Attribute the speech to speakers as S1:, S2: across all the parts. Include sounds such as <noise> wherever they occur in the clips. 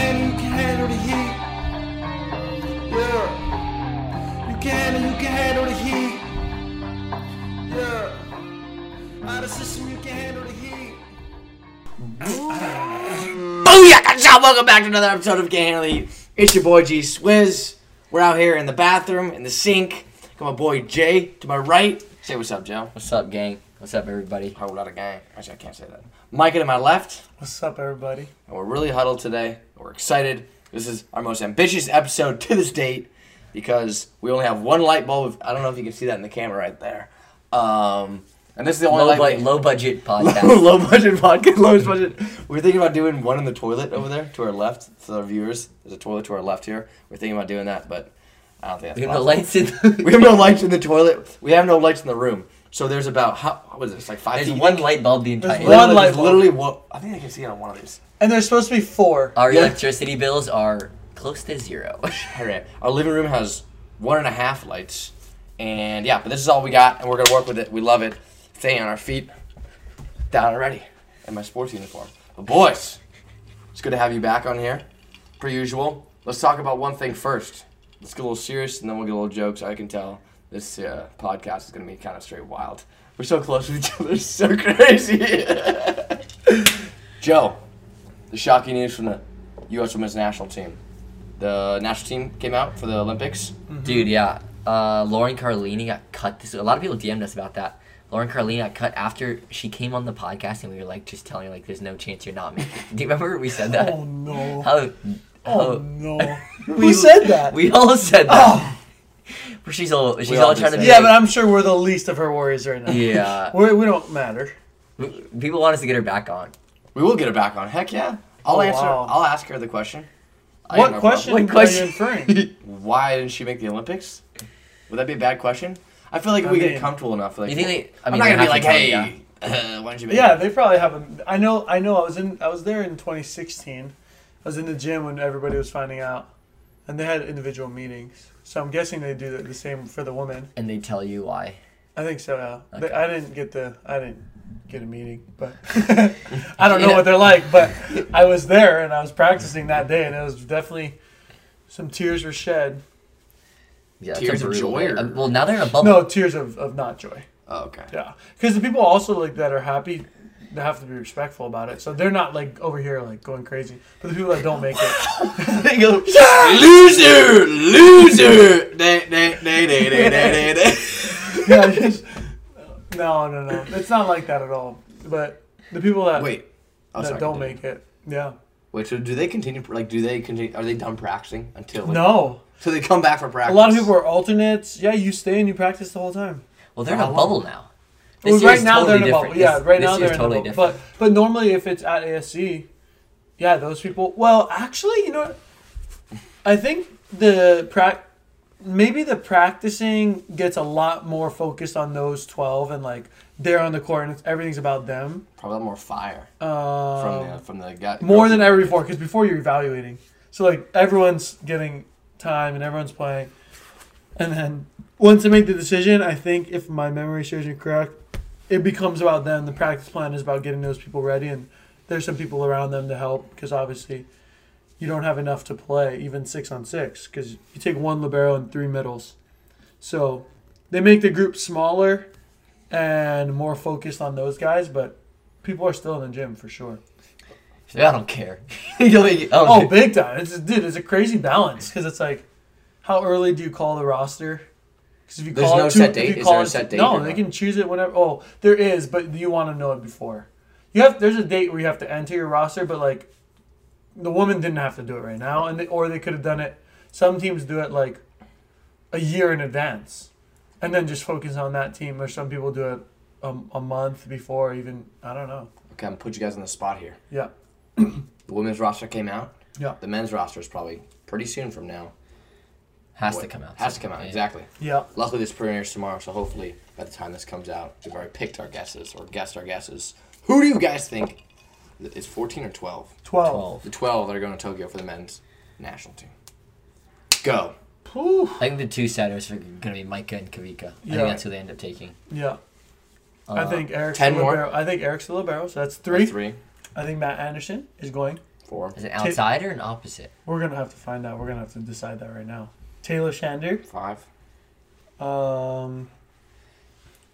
S1: handle the heat. Yeah. You can handle, you can handle the heat. Yeah. Out of system, you can handle the heat.
S2: Booyaka! Shot! Welcome back to another episode of Can't Handle It. It's your boy G Swizz. We're out here in the bathroom, in the sink. Got my boy Jay to my right. Say what's up, Joe.
S3: What's up, gang? What's up, everybody?
S2: Whole lot of gang. Actually, I can't say that. Micah to my left.
S4: What's up, everybody?
S2: And we're really huddled today. We're excited. This is our most ambitious episode to this date because we only have one light bulb. I don't know if you can see that in the camera right there. Um, and this is the only
S3: Low,
S2: light
S3: bu- low budget podcast.
S2: low budget podcast, low budget. We're thinking about doing one in the toilet over there to our left. So our viewers, there's a toilet to our left here. We're thinking about doing that, but I don't think that's
S3: we have no
S2: possible.
S3: lights in.
S2: We have no lights in the toilet. We have no lights in the room. So there's about how what is this like five?
S3: <laughs> There's
S2: feet?
S3: one light bulb the entire.
S4: There's one
S2: Literally-
S4: light bulb.
S2: Literally, what I think I can see it on one of these.
S4: And there's supposed to be four.
S3: <laughs> Our
S2: Yeah.
S3: electricity bills are close to zero. <laughs>
S2: All right, our living room has one and a half lights, and yeah, but this is all we got, and we're gonna work with it. We love it. Staying on our feet, down already, in my sports uniform. But boys, it's good to have you back on here, per usual. Let's talk about one thing first. Let's get a little serious, and then we'll get a little jokes. I can tell this uh, podcast is gonna be kind of straight wild. We're so close with each other, it's so <laughs> crazy. Joe, the shocking news from the U.S. Women's National Team the national team came out for the Olympics.
S3: Dude, yeah. Uh, Lauren Carlini got cut. This a lot of people DM'd us about that. Lauren Carlini got cut after she came on the podcast, and we were like, just telling her like, there's no chance you're not making. it. <laughs> Do you remember we said that?
S4: Oh no.
S3: How?
S4: Oh
S3: how- <laughs>
S4: no. Who said that?
S3: We all said that. But <laughs> she's all she's
S2: We
S3: all,
S2: all
S3: trying to
S2: did
S3: be.
S2: say
S4: yeah,
S3: like-
S4: but I'm sure we're the least of her worries right now.
S3: yeah.
S4: We're, we don't matter.
S3: People want us to get her back on.
S2: We will get her back on. Heck yeah! I'll
S4: Oh,
S2: answer.
S4: wow.
S2: I'll ask her the question. I have
S4: What
S2: no
S4: question,
S2: problem.
S3: What question?
S4: are you
S3: <laughs>
S4: inferring?
S2: <laughs> Why didn't she make the Olympics? Would that be a bad question? I feel like if
S4: I
S2: we get
S4: mean-
S2: comfortable enough, like
S3: You think they- I
S2: I
S3: mean,
S2: am not
S3: they
S2: gonna be
S3: have
S2: like,
S3: to
S2: hey,
S3: tell you,
S2: uh, <laughs> why didn't you make?
S4: yeah,
S2: it?
S4: they probably have a. I know. I know. I was in. I was there in 2016. I was in the gym when everybody was finding out, and they had individual meetings. So I'm guessing they do the, the same for the women.
S3: And they tell you why.
S4: I think so. Yeah. They-
S3: Okay.
S4: I didn't get the. I didn't get a meeting, but <laughs> I don't know
S3: Yeah.
S4: what they're like. But I was there and I was practicing that day, and it was definitely some tears were shed.
S3: Yeah, that's
S2: Tears
S3: a
S2: of
S3: brutal
S2: joy
S3: way-
S2: or-
S3: uh, well, now they're in a bubble.
S4: No tears of, of not joy.
S2: Oh,
S4: <laughs>
S2: okay.
S4: Yeah, because the people also like that are happy. They have to be respectful about it, so they're not like over here like going crazy. But the people that don't make
S2: <laughs>
S3: <laughs>
S4: it, they go,
S2: Loser, loser. <laughs> Nay, nay, nay, nay, nay, nay, nay, nay.
S4: yeah, just, no, no, no, it's not like that at all. But the people that
S2: <laughs> Wait. Oh,
S4: that
S2: sorry,
S4: don't
S2: continue.
S4: make it, yeah,
S2: Wait. So do they continue? Like, do they continue? Are they done practicing until? Like,
S4: no,
S2: So they come back for practice.
S4: A lot of people are alternates. Yeah, you stay and you practice the whole time.
S3: Well, they're in a
S2: How long?
S3: bubble now.
S4: Well,
S3: year
S4: right
S3: is
S4: now
S3: totally
S4: they're in a bubble.
S3: different.
S4: Yeah,
S3: This-
S4: right
S3: this
S4: now
S3: year's
S4: they're
S3: totally
S4: in a bubble.
S3: different.
S4: But but normally if it's at ASC, yeah, those people. Well, actually, you know, what? I think the prac maybe the practicing gets a lot more focused on those twelve and like they're on the court and it's, everything's about them.
S2: probably a lot more fire
S4: Um,
S2: from the from the guy.
S4: more than
S2: girls.
S4: ever before because before you're evaluating so like everyone's getting time and everyone's playing and then once they make the decision i think if my memory serves me correct it becomes about them the practice plan is about getting those people ready and there's some people around them to help because obviously you don't have enough to play even six on six because you take one libero and three middles so they make the group smaller and more focused on those guys but people are still in the gym for sure
S3: <laughs> I don't
S4: <laughs>
S3: care. You'll be- <laughs> oh,
S4: Oh, big time! It's dude, it's a crazy balance because it's like, how early do you call the roster? Because if you
S2: There's
S4: call
S2: no
S4: it if
S2: set
S4: you
S2: date? Is
S4: call
S2: there a
S4: it-
S2: set date
S4: No,
S2: or
S4: they
S2: no?
S4: can choose it whenever. Oh, there is, but you want to know it before. You have there's a date where you have to enter your roster, but like, the woman didn't have to do it right now, and they, or they could have done it. Some teams do it like a year in advance, and then just focus on that team. Or some people do it a, a month before, even I don't know.
S2: Okay, I'm gonna put you guys on the spot here.
S4: Yeah,
S2: The women's roster came out.
S4: yeah,
S2: The men's roster is probably pretty soon from now.
S3: has
S2: What-
S3: to come out.
S2: Has to come out, exactly.
S4: yeah.
S2: Luckily, this premieres tomorrow, so hopefully by the time this comes out, we've already picked our guesses or guessed our guesses. Who do you guys think is 14 or 12?
S4: Twelve.
S3: Twelve.
S2: The 12 that are going to Tokyo for the men's national team. Go.
S4: Phew.
S3: I think the two setters are going to be Micah and Kavika. I
S4: Yeah.
S3: think that's who they end up taking.
S4: Yeah. I
S3: Uh,
S4: think Eric's
S2: 10
S4: the
S2: more?
S4: libero. I think Eric's the libero, so that's three.
S2: Three.
S4: I think Matt Anderson is going.
S2: Four.
S3: Is it
S4: Ta-
S3: outside or an opposite?
S4: We're gonna have to find out. We're gonna have to decide that right now. Taylor Shander.
S2: Five.
S4: Um.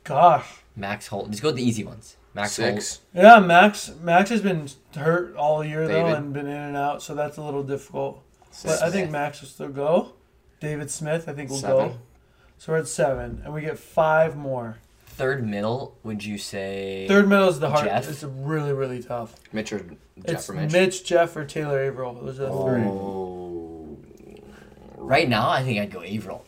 S4: Gosh.
S3: Max Holt. Just go with the easy ones. Max Holt.
S2: six.
S4: Yeah, Max. Max has been hurt all year though,
S2: David.
S4: and been in and out, so that's a little difficult.
S2: Six.
S4: But I think Max will still go. David Smith, I think will go.
S2: Seven.
S4: So we're at seven, and we get five more.
S3: Third middle, would you say?
S4: Third middle is the hard.
S3: Jeff?
S4: It's really really tough.
S2: Mitch or
S4: It's
S2: Jeff or Mitch.
S4: Mitch, Jeff, or Taylor Averill. Those are the
S2: Oh.
S3: Right now, I think I'd go Averill.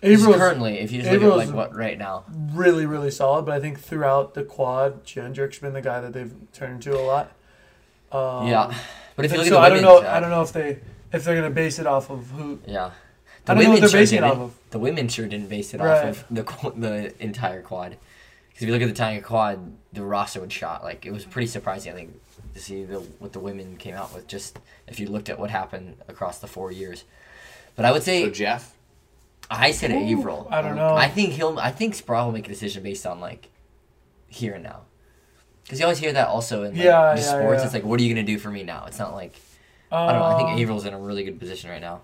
S4: three.
S3: Just
S4: Averil's
S3: currently, if you just look at
S4: Averil's-
S3: like what right now.
S4: really really solid, but I think throughout the quad, Jendrick's been the guy that they've turned to a lot. Um,
S3: yeah. But if you
S4: and so
S3: look at
S4: I
S3: the
S4: don't
S3: women's,
S4: know.
S3: uh,
S4: I don't know if they if they're gonna base it off of who.
S3: Yeah.
S4: I don't know what
S3: women
S4: they're
S3: sure
S4: basing it
S3: didn't.
S4: off of.
S3: The women sure didn't base it
S4: Right.
S3: off of the qu- the entire quad. Because if you look at the entire quad, the roster would shot. Like it was pretty surprising, I think, to see the, what the women came out with. Just if you looked at what happened across the four years. But I would say
S2: So Um, Jeff.
S3: I said Averill.
S4: I don't know.
S3: I think he'll. I think Sproul will make a decision based on like here and now. Because you always hear that also in like,
S4: Yeah,
S3: just
S4: yeah,
S3: sports.
S4: yeah.
S3: It's like, what are you gonna do for me now? It's not like I don't know. I think
S4: Um,
S3: Averill's in a really good position right now.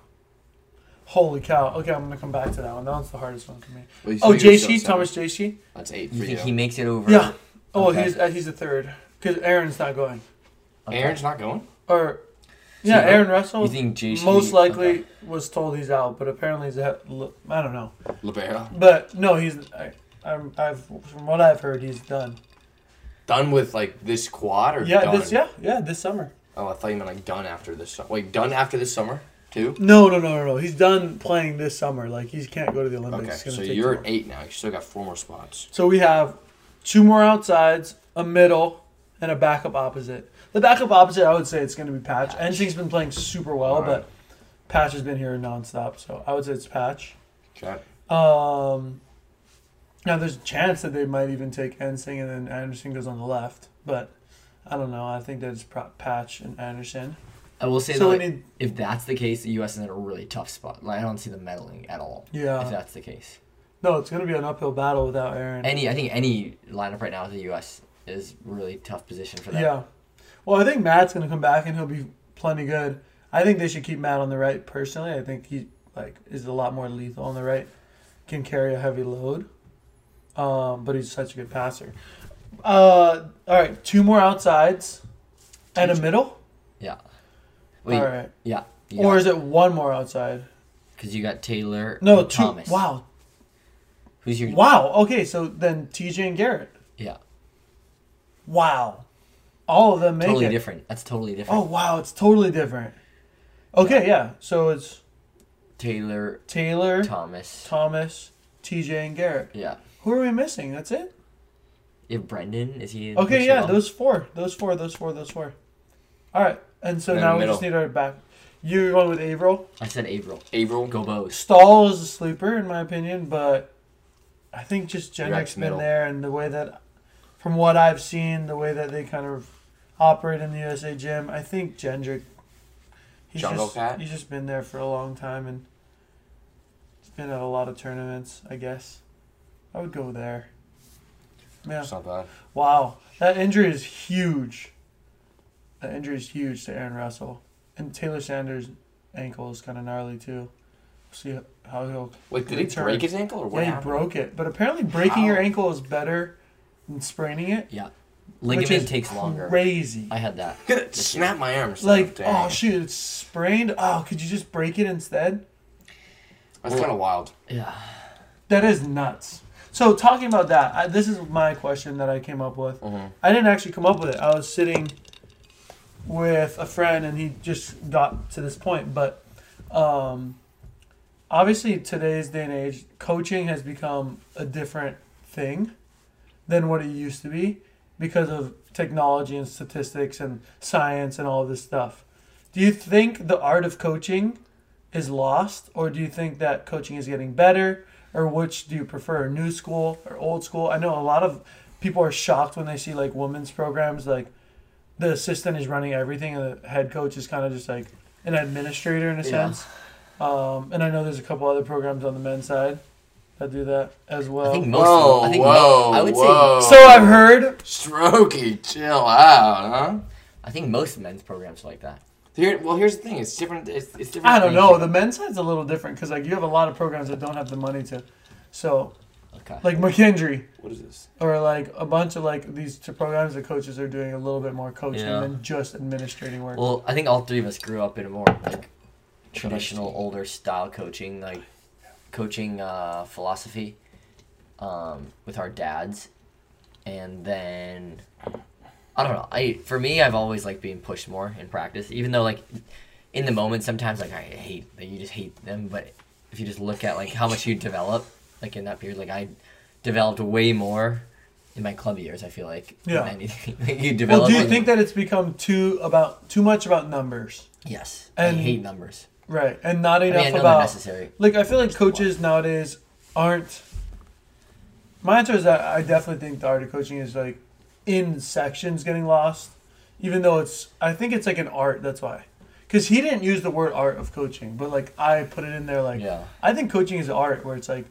S4: Holy cow! Okay, I'm gonna come back to that one. That one's the hardest one for me.
S2: Well, you-
S4: Oh,
S2: so you're still
S4: JC
S2: seven.
S4: Thomas JC.
S2: That's eight for
S3: You
S2: you.
S3: think he makes it over?
S4: Yeah. Oh,
S3: Okay.
S4: he's uh, he's the third because Aaron's not going.
S3: Okay.
S2: Aaron's not going.
S4: Or yeah,
S3: you-
S4: Aaron Russell.
S3: You think JC
S4: Oh, most likely
S3: okay.
S4: was told he's out, but apparently he's out. I don't know.
S2: Libero.
S4: But no, he's. I, I'm, I've from what I've heard, he's done.
S2: Done with like this quad or
S4: Yeah,
S2: done?
S4: this yeah yeah this summer.
S2: Oh, I thought you meant like done after this. Su- Wait, done after this summer too.
S4: No, no, no, no, no. He's done playing this summer. Like he can't go to the Olympics.
S2: Okay,
S4: It's gonna
S2: so
S4: take
S2: you're
S4: too
S2: at
S4: long.
S2: eight now. You still got four more spots.
S4: So we have two more outsides, a middle, and a backup opposite. The backup opposite, I would say it's going to be Patch. Ensig's been playing super well,
S2: Alright.
S4: but Patch has been here nonstop. So I would say it's Patch.
S2: Okay.
S4: Um, now there's a chance that they might even take Ensing and then Anderson goes on the left, but I don't know. I think that it's pro- Patch and Anderson.
S3: I will say
S4: So
S3: though,
S4: we need-
S3: if that's the case, the U.S. is in a really tough spot. Like, I don't see them meddling at all. if
S4: Yeah.
S3: that's the case,
S4: No, it's going to be an uphill battle without Aaron.
S3: any I think any lineup right now with the U.S. is really tough position for them.
S4: Yeah. Well, I think Matt's going to come back and he'll be plenty good. I think they should keep Matt on the right personally. I think he like is a lot more lethal on the right. Can carry a heavy load. Um, but he's such a good passer. Uh, all right, two more outsides and a middle.
S3: Yeah. Wait.
S4: all right.
S3: Yeah.
S4: Or is it one more outside?
S3: because you got Taylor?
S4: No,
S3: and
S4: two.
S3: Thomas.
S4: Wow.
S3: Who's your?
S4: Wow. Okay, so then TJ and Garrett.
S3: Yeah.
S4: Wow. All of them make
S3: Totally
S4: it.
S3: different. That's totally different.
S4: Oh wow, it's totally different. Okay, yeah. So it's
S3: Taylor
S4: Taylor,
S3: Thomas.
S4: Thomas, TJ, and Garrett.
S3: Yeah.
S4: Who are we missing? That's it.
S3: If Brendan is he? in the
S4: Okay,
S3: picture at
S4: yeah,
S3: all?
S4: those four, those four, those four, those four. All right, and so
S2: And then
S4: now
S2: the
S4: we
S2: middle.
S4: just need our back. You're going with Averill.
S3: I said Averill.
S2: Averill.
S3: Go Bows.
S4: Stahl is a sleeper in my opinion, but I think just
S2: Rex
S4: Genrick's been
S2: middle.
S4: there, and the way that, from what I've seen, the way that they kind of operate in the USA gym, I think Gendrick. He's
S2: Jungle
S4: just,
S2: Cat?
S4: He's just been there for a long time, and he's been at a lot of tournaments. I guess I would go there. Yeah.
S2: It's not bad.
S4: Wow, that injury is huge. That injury is huge to Aaron Russell, and Taylor Sanders' ankle is kind of gnarly too. See how he'll.
S2: Wait, did he
S4: return.
S2: break his ankle or what?
S4: yeah, he
S2: happened?
S4: broke it, but apparently breaking
S2: How?
S4: your ankle is better than spraining it.
S3: Yeah.
S4: which
S3: Ligament
S4: is
S3: takes longer.
S4: Crazy.
S3: I had that.
S2: Snap my arm. or something.
S4: Like,
S2: Dang.
S4: oh shoot, it's sprained. Oh, could you just break it instead?
S2: That's kind of wild.
S3: Yeah.
S4: That is nuts. So talking about that, I, this is my question that I came up with.
S2: Mhm.
S3: Mm-hmm.
S4: I didn't actually come up with it. I was sitting with a friend, and he just got to this point. But um, obviously, today's day and age, coaching has become a different thing than what it used to be because of technology and statistics and science and all this stuff. Do you think the art of coaching is lost, or do you think that coaching is getting better, or which do you prefer, new school or old school? I know a lot of people are shocked when they see like women's programs, like the assistant is running everything, and the head coach is kind of just like an administrator in a
S3: Yeah.
S4: sense. Um, and I know there's a couple other programs on the men's side that do that as well.
S3: I think most. I think mo- I would say
S4: So I've heard.
S2: Strokey, chill out, huh?
S3: I think most men's programs are like that.
S2: Here, well, here's the thing. It's different. It's, it's different.
S4: I
S2: for
S4: don't
S2: each
S4: know.
S2: year.
S4: The men's side's a little different because like you have a lot of programs that don't have the money to, so
S3: Okay.
S4: like McKendree
S2: What is this?
S4: or like a bunch of like these two programs the coaches are doing a little bit more coaching
S3: Yeah.
S4: than just administrating work.
S3: Well, I think all three of us grew up in a more like traditional, older style coaching, like coaching uh, philosophy um, with our dads, and then I don't know. I for me, I've always like being pushed more in practice, even though like in the moment sometimes like I hate that you just hate them, but if you just look at like how much you develop, like in that period, like I developed way more. In my club years, I feel like than
S4: Yeah.
S3: anything. <laughs> you
S4: Well,
S3: develop.
S4: do you
S3: like-
S4: think that it's become too about too much about numbers,
S3: Yes,
S4: And-
S3: I hate numbers.
S4: right? And not
S3: I mean,
S4: enough
S3: I know they're
S4: about
S3: necessary.
S4: like I feel like coaches nowadays aren't. My answer is that I definitely think the art of coaching is like in sections getting lost, even though it's I think it's like an art. That's why, because he didn't use the word art of coaching, but like I put it in there. Like
S3: Yeah.
S4: I think coaching is art where it's like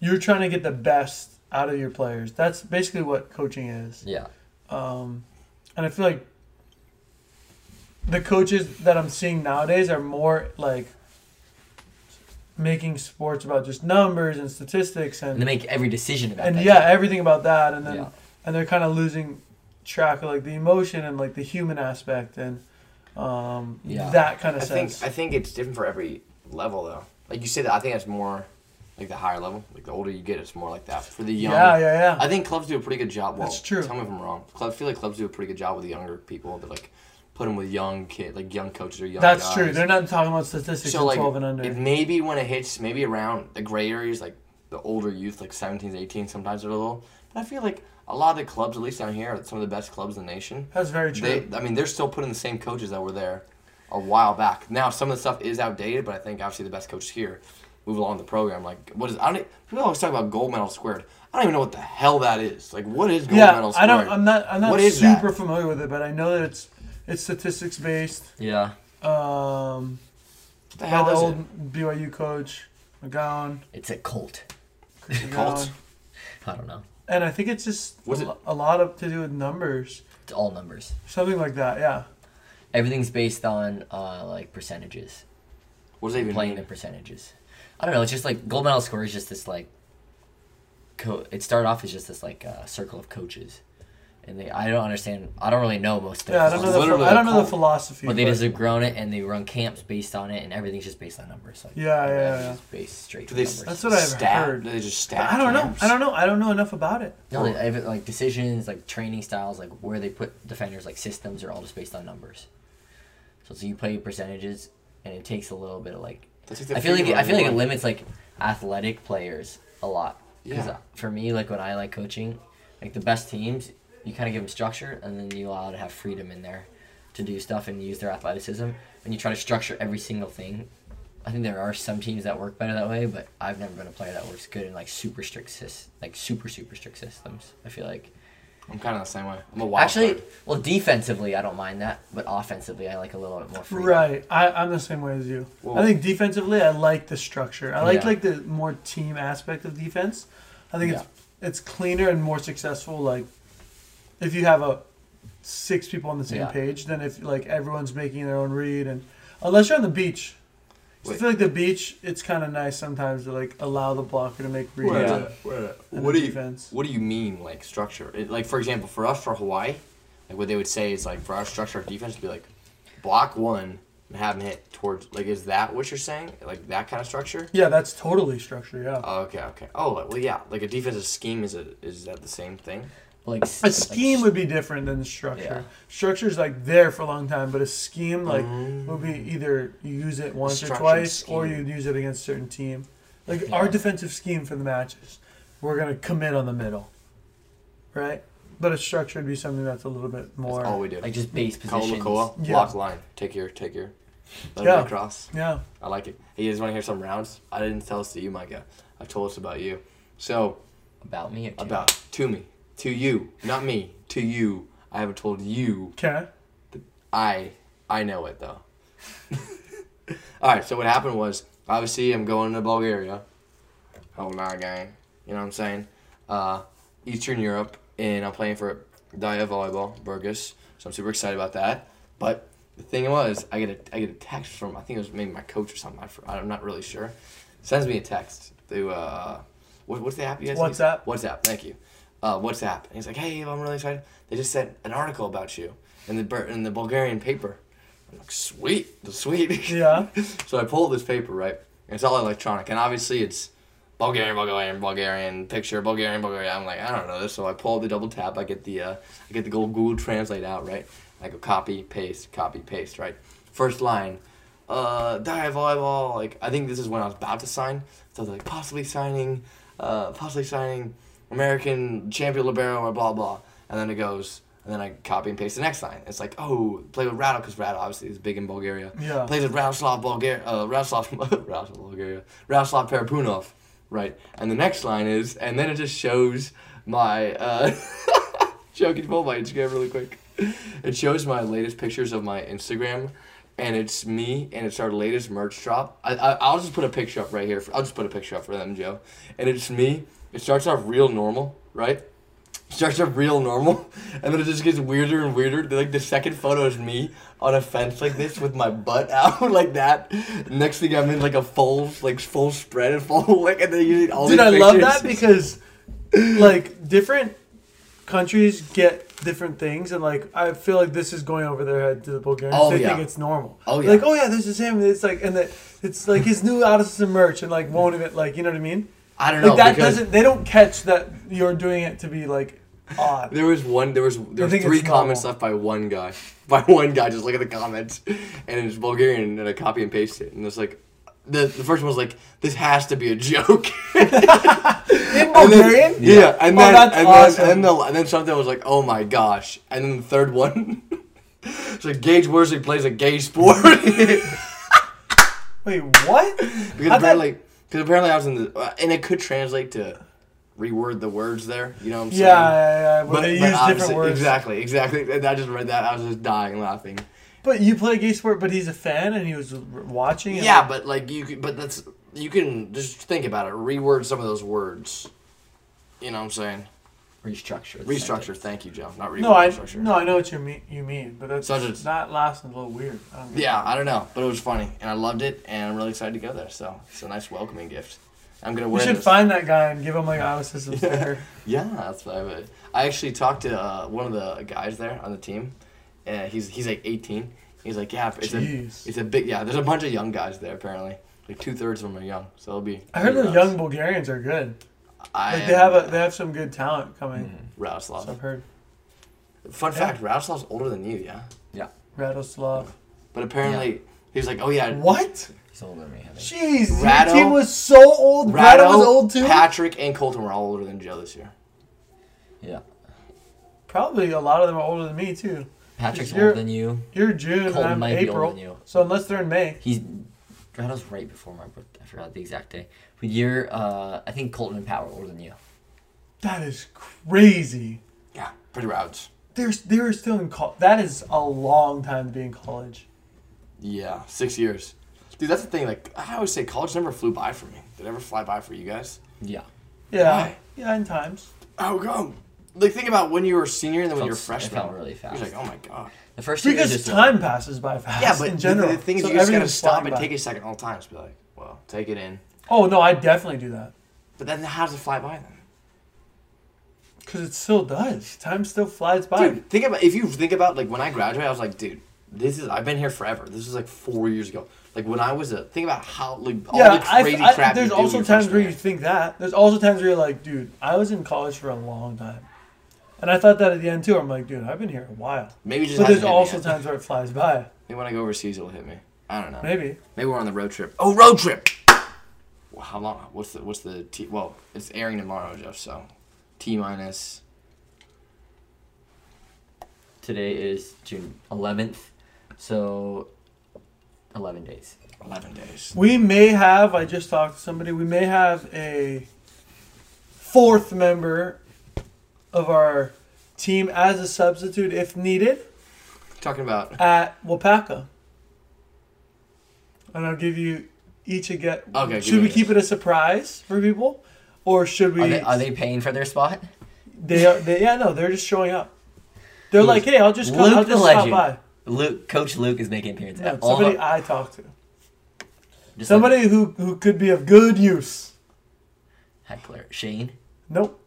S4: you're trying to get the best out of your players. That's basically what coaching is.
S3: Yeah,
S4: Um, and I feel like the coaches that I'm seeing nowadays are more like making sports about just numbers and statistics
S3: and they
S4: and
S3: make every decision about
S4: and
S3: that.
S4: yeah, everything about that. And then
S3: Yeah.
S4: and they're kind of losing track of like the emotion and like the human aspect and um,
S3: Yeah.
S4: that kind of
S2: I think
S4: sense.
S2: I think it's different for every level though. Like you said, I think it's more like the higher level. Like the older you get, it's more like that for the young.
S4: yeah, yeah, yeah.
S2: I think clubs do a pretty good job. Well,
S4: That's true.
S2: Tell me if I'm wrong. Club, I feel like clubs do a pretty good job with the younger people. They like put them with young kid, like young coaches or young.
S4: That's
S2: guys.
S4: true. They're not talking about statistics
S2: so
S4: in
S2: like
S4: 12 and under.
S2: It maybe when it hits, maybe around the gray areas, like the older youth, like 17s, 18s, sometimes they're a little. But I feel like a lot of the clubs, at least down here, are some of the best clubs in the nation.
S4: That's very true.
S2: They, I mean, they're still putting the same coaches that were there a while back. Now some of the stuff is outdated, but I think obviously the best coaches here move along the program. Like, what is? I don't. e- People always talk about gold medal squared. I don't even know what the hell that is. Like, what is gold
S4: yeah,
S2: medal
S4: I
S2: squared?
S4: don't. I'm not. I'm not
S2: What is that?
S4: super familiar with it, but I know that it's it's statistics based.
S3: yeah.
S4: Um,
S2: What the
S4: had
S2: hell
S4: the
S2: is
S4: old
S2: it?
S4: BYU coach McGowan,
S3: It's a cult.
S4: McGowan.
S2: Cult?
S3: I don't know.
S4: and I think it's just
S2: Was
S4: a
S2: it-
S4: lo- a lot of to do with numbers,
S3: It's all numbers.
S4: something like that. Yeah,
S3: Everything's based on uh, like percentages,
S2: What does that even
S3: playing the
S2: mean?
S3: percentages. I don't know. It's just like gold medal score is just this like. Co- it started off as just this like uh, circle of coaches, and they I don't understand. I don't really know most of.
S4: yeah. I don't
S3: them.
S4: know. The,
S2: literally
S4: ph- I don't
S2: a
S4: know the
S2: cult.
S4: philosophy.
S3: But they just have grown it and they run camps based on it, and everything's just based on numbers. Like,
S4: Yeah, yeah,
S3: everything's
S4: yeah.
S3: just Based straight.
S2: Do
S3: from
S2: they
S3: numbers.
S4: That's what I've
S2: stab-
S4: heard.
S2: Do they just stab?
S4: I don't know.
S2: camps?
S4: I don't know. I don't know enough about it.
S3: No, they, I have, like decisions, like training styles, like where they put defenders, like systems are all just based on numbers. So, so you play percentages, and it takes a little bit of like.
S2: That's like the
S3: I feel like
S2: figure
S3: it, I feel like it
S2: one.
S3: limits like athletic players a lot. Because
S2: Yeah.
S3: for me, like when I like coaching, like the best teams, you kind of give them structure, and then you allow to have freedom in there to do stuff and use their athleticism. And you try to structure every single thing. I think there are some teams that work better that way, but I've never been a player that works good in like super strict sys- like super super strict systems. I feel like
S2: I'm kind of the same way. I'm a wild
S3: actually,
S2: card.
S3: well, defensively I don't mind that, but offensively I like a little bit more freedom.
S4: Right. I, I'm the same way as you.
S2: Well-
S4: I think defensively, I like the structure. I like
S3: Yeah.
S4: like the more team aspect of defense. I think it's it's cleaner and more successful. Like if you have a six people on the same
S3: Yeah.
S4: page, than if like everyone's making their own read, and unless you're on the beach. 'Cause I
S2: Wait.
S4: feel like the beach, it's kind of nice sometimes to like allow the blocker to make reads.
S2: Wait a
S3: Yeah.
S2: minute, wait a minute.
S4: And
S2: What
S4: the
S2: do you
S4: defense.
S2: What do you mean like structure? It, like for example, for us for Hawaii, like what they would say is like for our structure of defense, it'd be like block one and have them hit towards. Like is that what you're saying? Like that kind of structure?
S4: Yeah, that's totally structure. Yeah,
S2: Oh, okay, okay. Oh, like, well, yeah. Like a defensive scheme is a, is that the same thing?
S3: Like s-
S4: a
S3: like
S4: scheme would be different than the structure.
S3: Yeah.
S4: Structure's like there for a long time, but a scheme like
S3: Oh.
S4: would be either you use it once or
S2: Structured
S4: twice, or you
S2: scheme.
S4: use it against a certain team. Like our defensive scheme for the matches, we're gonna commit on the middle, right? But a structure would be something that's a little bit
S2: That's
S4: more.
S2: all we do.
S3: like just base
S2: Call
S3: positions.
S2: Makoa,
S4: Yeah.
S2: block line, take your, take your, let
S4: Yeah.
S2: it cross.
S4: yeah,
S2: I like it. Hey, you guys want to hear some rounds? I didn't tell this to you, Micah. I told us about you. So
S3: About me or to-
S2: about to me, to you, not me, to you. I haven't told you
S4: okay.
S2: I I know it though. All right, so what happened was obviously I'm going to Bulgaria. Whole nine gang. You know what I'm saying? Uh, Eastern Europe, and I'm playing for Daya Volleyball, Burgess. So I'm super excited about that. But the thing was, I get a, I get a text from, I think it was maybe my coach or something. I, for- I'm not really sure. Sends me a text through, uh, what, what's the app you guys use?
S4: WhatsApp.
S2: WhatsApp, thank you. Uh, WhatsApp. And he's like, hey, I'm really excited. They just sent an article about you in the, Bur- in the Bulgarian paper. I'm like, sweet, sweet. <laughs>
S4: Yeah.
S2: So I pull this paper, right? And it's all electronic. And obviously it's Bulgarian, Bulgarian, Bulgarian, picture, Bulgarian, Bulgarian. I'm like, I don't know this. So I pull the double tap. I get the uh, I get the gold Google Translate out, right? I go copy, paste, copy, paste, right? First line, uh, die volleyball. Like, I think this is when I was about to sign. So they're like, possibly signing, uh, possibly signing American champion libero or blah, blah. And then it goes, and then I copy and paste the next line. It's like, oh, play with Rado, because Rado obviously is big in Bulgaria
S4: Yeah.
S2: plays with Radoslav Bulgaria, uh, Radoslav, <laughs> Radoslav Bulgaria, Radoslav Parapunov, right? And the next line is, and then it just shows my, uh, <laughs> Joe, can you pull my Instagram really quick? It shows my latest pictures of my Instagram, and it's me, and it's our latest merch drop. I, I, I'll just put a picture up right here. For, I'll just put a picture up for them, Joe. And it's me. It starts off real normal, right? starts up real normal, <laughs> and then it just gets weirder and weirder. Then, Like the second photo is me on a fence like this with my butt <laughs> out like that. Next thing I'm in like a full like full spread <laughs> and full like and then you need all
S4: Dude,
S2: these
S4: I love
S2: pictures.
S4: that because
S2: <laughs>
S4: like different countries get different things, and like I feel like this is going over their head to the Bulgarians.
S2: Oh,
S4: they
S2: yeah.
S4: think it's normal.
S2: Oh,
S4: Like
S2: yeah.
S4: oh yeah, this is him. It's like and the, it's like his new Addison merch, and like won't even like you know what I mean.
S2: I don't know
S4: Like that
S2: because
S4: doesn't. They don't catch that you're doing it to be like
S2: <laughs>
S4: odd.
S2: there was one there was there was
S4: think
S2: three
S4: it's
S2: comments
S4: normal.
S2: left by one guy <laughs> by one guy just look at the comments and it's Bulgarian and I copy and paste it and it's like the the first one was like this has to be a joke. <laughs>
S4: In
S2: And then-
S4: Bulgarian,
S2: <laughs> yeah. and
S4: Oh,
S2: then
S4: that's
S2: and then,
S4: awesome.
S2: and, the, and then something was like, oh my gosh, and then the third one. <laughs> It's like Gage Worsley plays a gay sport <laughs> because
S4: Wait, what? <laughs> I thought-
S2: apparently, because apparently I was in the, uh, and it could translate to reword the words there. You know what I'm
S4: Yeah,
S2: saying?
S4: yeah, yeah. Well,
S2: but,
S4: they
S2: but
S4: use
S2: obviously-
S4: different words.
S2: Exactly, exactly. And I just read that, I was just dying laughing.
S4: But you play gay sport, but he's a fan, and he was watching. And
S2: Yeah, but like you, could- but that's you can just think about it. Reword some of those words. You know what I'm saying?
S3: Restructure. the
S2: Restructure.
S3: sentence.
S2: Thank you, Joe. Not reword.
S4: No, I
S2: restructure.
S4: no, I know what you mean. You mean, but that's
S2: So it's-
S4: that last is a little weird. I don't know.
S2: Yeah, I don't know, but it was funny, and I loved it, and I'm really excited to go there. So it's a nice welcoming gift. I'm gonna
S4: we
S2: wear.
S4: should
S2: this.
S4: find that guy and give him like
S3: <laughs>
S4: Odyssey sticker.
S2: Yeah, that's what I would. I actually talked to uh, one of the guys there on the team, and he's he's like 18. He's like, yeah, it's
S4: Jeez.
S2: a it's a big yeah. There's a bunch of young guys there apparently. Like two thirds of them are young, so it'll be.
S4: I heard the
S2: Rouse-
S4: young Bulgarians are good.
S2: I
S4: Like they have a they have some good talent coming.
S3: Mm-hmm.
S4: So I've
S2: Radoslav.
S4: heard
S2: Fun
S4: Yeah.
S2: fact: Radoslav's older than you, yeah.
S4: Radoslav.
S2: But apparently he was like, oh yeah,
S4: What?
S3: He's older than me. I think.
S4: Jeez,
S2: Rado-
S4: your team was so old. Rado,
S2: Rado,
S4: was old too.
S2: Patrick, and Colton were all older than Joe this year.
S3: Yeah.
S4: Probably a lot of them are older than me too.
S3: Patrick's
S4: You're-
S3: older than you.
S4: You're June
S3: Colton
S4: and I'm
S3: might be older than you.
S4: April. So unless they're in May,
S3: He's that was right before my birthday. I forgot the exact day. But you're, uh, I think Colton and Power older than you.
S4: that is crazy.
S2: Yeah, pretty routes.
S4: They're they're still in college. That is a long time to be in college.
S2: Yeah, six years. Dude, that's the thing. Like, I always say college never flew by for me. Did it ever fly by for you guys?
S3: Yeah.
S4: Yeah,
S2: Why?
S4: yeah, in times.
S2: How Oh, come? Like, think about when you were a senior and then when
S3: Felt-
S2: you were a
S3: it
S2: freshman.
S3: felt really fast.
S2: You're like, oh my god.
S3: The first year
S4: Because
S3: is just
S4: time passes by fast.
S2: Yeah, but
S4: in general,
S2: the, the thing is,
S4: So
S2: you just gotta
S4: everything's
S2: stop
S4: flying
S2: and
S4: by.
S2: take a second all the time. Just be like, well, take it in.
S4: Oh no, I definitely do that
S2: But then how does it fly by then?
S4: because it still does. Time still flies by.
S2: Dude, think about if you think about like when I graduated, I was like, dude, this is I've been here forever. This is like four years ago. Like when I was a think about how like all
S4: yeah,
S2: the crazy
S4: I, I,
S2: crap.
S4: there's
S2: you do
S4: also
S2: your
S4: times
S2: freshman
S4: where
S2: year.
S4: you think that. There's also times where you're like, dude, I was in college for a long time, and I thought that at the end too. I'm like, dude, I've been here a while.
S2: maybe it just
S4: But
S2: hasn't
S4: there's
S2: hit me
S4: also
S2: yet.
S4: times where it flies by.
S2: Maybe when I go overseas, it'll hit me. I don't know.
S4: Maybe
S2: Maybe we're on the road trip. Oh, road trip. Well, how long? What's the what's the t? Well, it's airing tomorrow, Jeff. So, t minus.
S3: Today is June 11th, so 11 days.
S2: 11 days.
S4: we may have. I just talked to somebody. We may have a fourth member of our team as a substitute if needed.
S2: Talking about.
S4: at Wapaka. And I'll give you each a get.
S2: Okay, give
S4: Should we
S2: me
S4: keep it a surprise for people, or should we?
S3: Are they, are they paying for their spot?
S4: they are. They, yeah, no, they're just showing up. They're
S3: Who's-
S4: like, hey, I'll just come.
S3: Luke
S4: I'll
S3: the
S4: just
S3: legend.
S4: stop
S3: Luke, Coach Luke is making appearance
S4: by. No,
S3: at all.
S4: somebody
S3: of,
S4: I talk to.
S3: just like-
S4: Somebody who who could be of good use.
S3: Hi, Claire. Shane.
S4: Nope.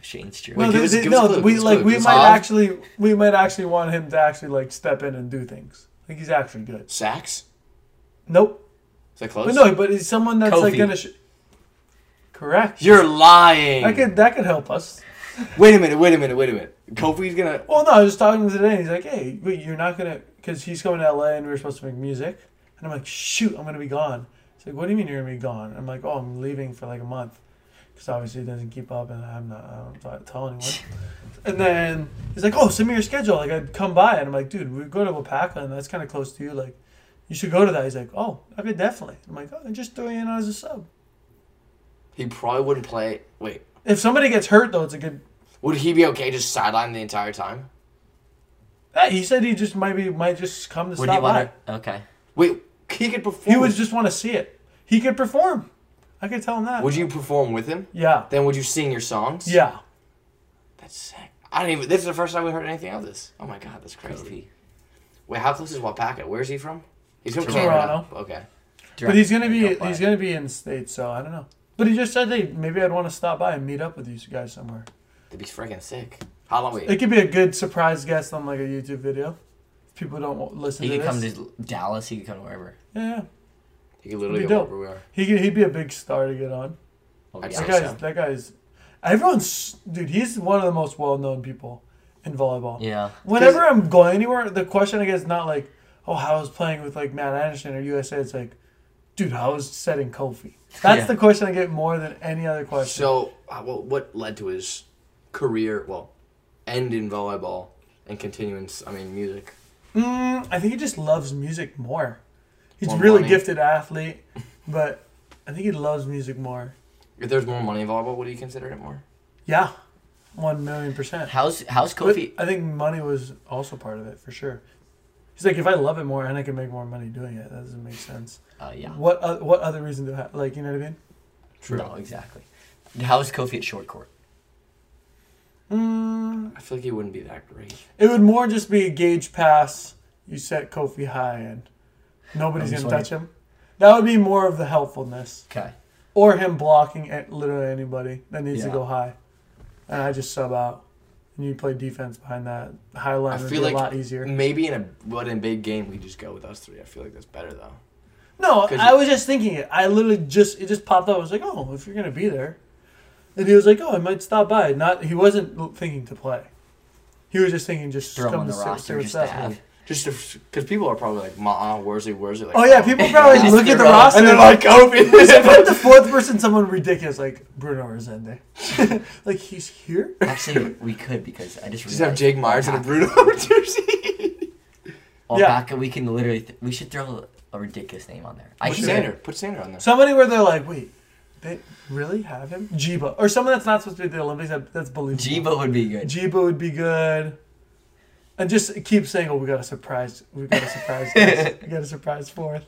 S3: Shane's true.
S2: Wait,
S4: no,
S2: give
S4: they-
S2: us-
S4: they-
S2: give us
S4: no.
S2: a clue,
S4: we
S2: give us a
S4: like
S2: clue,
S4: we
S2: give us a
S4: might
S2: clue.
S4: actually we might actually want him to actually like step in and do things. Like he's actually good.
S2: Sacks?
S4: Nope.
S2: Is that close?
S4: But no, but it's someone that's like
S3: Kofi.
S4: gonna. Sh- Correct.
S2: You're lying.
S4: That could that could help us.
S2: Wait a minute, wait a minute, wait a minute. Kofi's gonna.
S4: Well, no, I was talking to him today. And he's like, "Hey, wait, you're not gonna because he's coming to LA and we were supposed to make music." And I'm like, "Shoot, I'm gonna be gone." He's like, "What do you mean you're gonna be gone?" I'm like, "Oh, I'm leaving for like a month because obviously he doesn't keep up, and I'm not. I don't t- tell
S3: <laughs>
S4: anyone." and then he's like, "Oh, send me your schedule. Like, I'd come by." And I'm like, "Dude, we go to Wapaka, and that's kind of close to you. Like, you should go to that." He's like, "Oh, okay, definitely." I'm like, "Oh, just throw you in as a sub."
S2: He probably wouldn't play. Wait,
S4: If somebody gets hurt though, it's a good.
S2: would he be okay just sideline the entire time?
S4: Hey, he said he just might be might just come to
S3: Would he
S4: stop by.
S3: want to? Okay.
S2: Wait, he could perform.
S4: He would just want to see it. He could perform. I could tell him that.
S2: Would you perform with him?
S4: Yeah.
S2: Then would you sing your songs?
S4: Yeah.
S2: That's sick. I didn't even. This is the first time we heard anything of this. Oh my god, that's crazy.
S3: Kofi.
S2: Wait, how close is Wapaka? Where is he from? He's from
S3: Toronto.
S2: Canada. Okay.
S4: But he's gonna be
S3: Go by.
S4: he's gonna be in the states, so I don't know. But he just said, "Hey, maybe I'd want to stop by and meet up with these guys somewhere."
S2: That'd be freaking sick. How long
S4: It
S2: wait?
S4: could be a good surprise guest on like a YouTube video. If people don't wa- listen
S3: He
S4: to
S3: could
S4: this,
S3: come to Dallas. He could come to wherever.
S4: yeah, yeah.
S2: He could literally
S4: It'd be
S2: go
S4: dope.
S2: wherever we are.
S4: he could, he'd be a big star to get on.
S3: Well,
S2: I'd
S3: yeah.
S2: say
S4: That
S2: so.
S4: guy's that guy's everyone's dude. He's one of the most well known people in volleyball.
S3: Yeah.
S4: Whenever I'm going anywhere, the question I get is not like, "Oh, how was playing with like Matt Anderson or USA?" It's like, "Dude, how was setting Kofi?" That's
S3: Yeah.
S4: the question I get more than any other question.
S2: So, uh, what what led to his career? Well, end in volleyball and continuance. I mean, music.
S4: Mm, I think he just loves music more. He's a
S2: More
S4: really
S2: money.
S4: gifted athlete, but I think he loves music more.
S2: If there's more money in volleyball, would you consider it more?
S4: Yeah, one million percent.
S3: How's How's
S4: But
S3: Kofi?
S4: I think money was also part of it for sure. He's like, if I love it more and I can make more money doing it, that doesn't make sense.
S3: Uh, yeah.
S4: What uh, what other reason do I have? Like, you know what I mean?
S2: True.
S3: No, exactly. How's Kofi at short court?
S4: Mm,
S2: I feel like he wouldn't be that great.
S4: It would more just be a gauge pass. You set Kofi high, and nobody's
S3: I'm
S4: gonna touch
S3: just
S4: him. That would be more of the helpfulness,
S3: Okay.
S4: or him blocking at literally anybody that needs to
S3: Yeah.
S4: go high. And I just sub out, and you play defense behind that high
S2: I
S4: line. Would
S2: feel
S4: be
S2: like
S4: a lot easier.
S2: Maybe in a but in a big game we just go with us three. I feel like that's better though.
S4: No,
S2: 'Cause
S4: I
S2: you-
S4: was just thinking it. I literally just it just popped up. I was like, oh, if you're gonna be there, and he was like, oh, I might stop by. Not he wasn't thinking to play. He was just thinking just
S3: Throw him
S4: come
S3: on the
S4: to sit- see
S3: roster
S4: what's
S3: just to
S4: up.
S3: have.
S2: Just because people are probably like, "Ma, where's he? Where's he?" Like,
S4: Oh yeah,
S2: <laughs>
S4: people probably
S3: Yeah.
S4: look at the
S3: And
S4: roster
S2: and they're like,
S4: <laughs>
S2: "Oh, <laughs>
S3: <laughs>
S4: Put
S2: "Kobe."
S4: the fourth person, someone ridiculous like Bruno Resende. <laughs> like he's here.
S3: <laughs> Actually, we could because I just
S2: just have
S3: realized
S2: Jake Myers in a
S3: Alpaca-
S2: Bruno <laughs> jersey.
S4: Yeah.
S3: Alpaca, we can literally. Th- we should throw a ridiculous name on there. I
S2: Put
S3: should.
S2: Sander. Put Sander on there.
S4: Somebody where they're like, wait, they really have him? Jiba or someone that's not supposed to be at the Olympics. That, that's believable.
S3: Jibo would be good.
S4: Jiba would be good. And just keep saying, oh, we got a surprise. We got a
S3: <laughs>
S4: surprise. guys. we got a surprise fourth.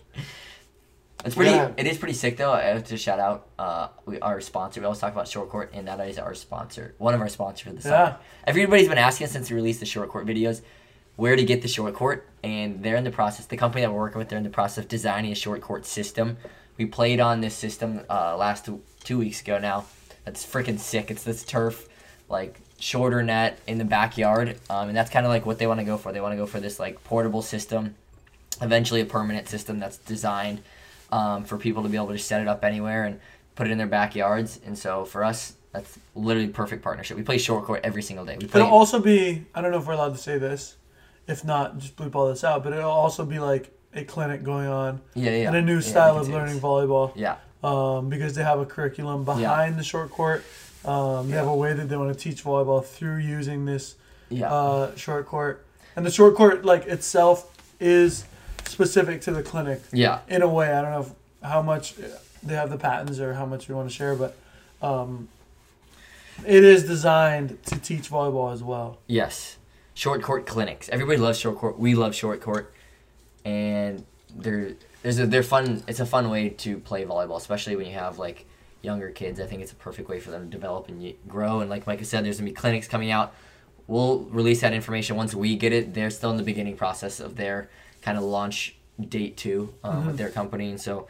S3: It's pretty.
S2: Yeah.
S3: It is pretty sick though. I have to shout out. Uh, we our sponsor. We always talk about short court, and that is our sponsor. One of our sponsors for the summer.
S4: Yeah.
S3: Everybody's been asking since we released the short court videos, where to get the short court, and they're in the process. The company that we're working with, they're in the process of designing a short court system. We played on this system uh, last two, two weeks ago. Now, that's freaking sick. It's this turf, like shorter net in the backyard, um, and that's kind of like what they want to go for. They want to go for this like portable system eventually a permanent system that's designed um, for people to be able to set it up anywhere and put it in their backyards. And so for us, that's literally perfect partnership. We play short court every single day. We play
S4: It'll also be. I don't know if we're allowed to say this. If not, just bleep all this out. But it'll also be like a clinic going on
S3: yeah, yeah,
S4: and a new
S3: yeah, we
S4: style
S3: can
S4: of
S3: say
S4: learning
S3: this.
S4: volleyball.
S3: Yeah,
S4: um, because they have a curriculum behind the short court. Um, they have a way that they want to teach volleyball through using this
S3: yeah,
S4: uh, short court, and the short court like itself is specific to the clinic
S3: yeah.
S4: in a way. I don't know if, how much uh, they have the patents or how much we want to share, but um, it is designed to teach volleyball as well.
S3: Yes. Short court clinics. Everybody loves short court. We love short court. And they're there's a they're fun it's a fun way to play volleyball, especially when you have like younger kids. I think it's a perfect way for them to develop and y- grow and like Micah said, there's gonna be clinics coming out. We'll release that information once we get it. They're still in the beginning process of their kind of launch date too um,
S2: Mm-hmm.
S3: with their company, and so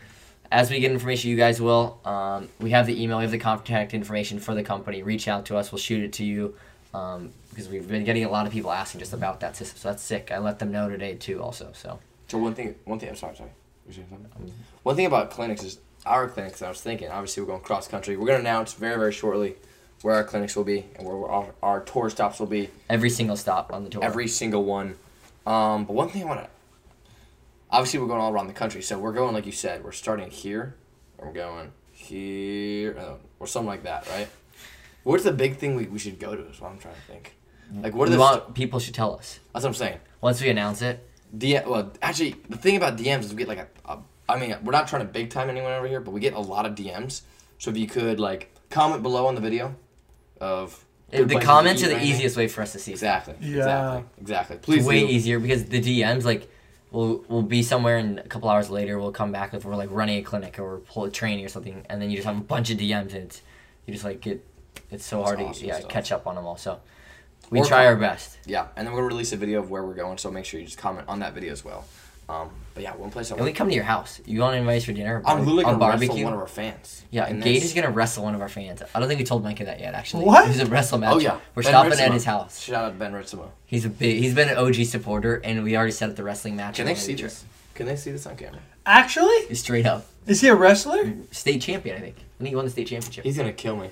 S3: as we get information, you guys will. Um, we have the email, we have the contact information for the company. Reach out to us, we'll shoot it to you. Um, because we've been getting a lot of people asking just about that system, so that's sick. I let them know today too, also. So
S2: So one thing, one thing. I'm sorry, sorry. You saying something?
S3: Mm-hmm.
S2: One thing about clinics is our clinics. I was thinking. Obviously, we're going cross country. We're gonna announce very, very shortly where our clinics will be and where our, our tour stops will be.
S3: every single stop on the tour.
S2: Every single one. Um, but one thing I want to. Obviously, we're going all around the country, so we're going like you said. We're starting here, and we're going here, uh, or something like that, right? What's the big thing we, we should go to? Is what I'm trying to think. Like, what are
S3: We
S2: the?
S3: want people should tell us
S2: that's what I'm saying.
S3: once we announce it.
S2: DM, well, actually, the thing about DMs is we get like a, a. I mean, we're not trying to big time anyone over here, but we get a lot of DMs. So if you could like comment below on the video, of good
S3: the
S2: places to
S3: comments
S2: eat or
S3: are the
S2: anything.
S3: easiest way for us to see.
S2: Exactly.
S4: Yeah.
S2: Exactly. Exactly. Please
S3: It's way
S2: do.
S3: easier because the DMs like. We'll, we'll be somewhere and a couple hours later we'll come back if we're like running a clinic or we're pull, training or something and then you just have a bunch of DMs and it's you just like get it's so
S2: That's
S3: hard to
S2: awesome
S3: yeah,
S2: stuff.
S3: catch up on them all so we
S2: Or
S3: try
S2: com-
S3: our best
S2: Yeah, and then we're gonna release a video of where we're going, so make sure you just comment on that video as well. Um, but yeah, one place I
S3: and we
S2: want.
S3: come to your house you want to invite us for dinner
S2: I'm literally
S3: on
S2: gonna wrestle
S3: barbecue
S2: one of our fans.
S3: yeah
S2: And
S3: Gage
S2: that's-
S3: is gonna wrestle one of our fans I don't think we told Micah that yet actually
S4: What?
S3: he's a wrestle match
S2: Oh yeah,
S3: we're
S2: Ben
S3: stopping
S2: Ritzema.
S3: at his house
S2: Shout out to Ben Ritzema.
S3: He's a big. He's been an OG supporter, and we already set up the wrestling match.
S2: Can
S3: and
S2: they
S3: then
S2: see
S3: we
S2: this?
S3: just-
S2: Can they see this on camera?
S4: Actually,
S3: He's straight up
S4: is he a wrestler?
S3: state champion. I think. I think he won the state championship.
S2: He's gonna kill me.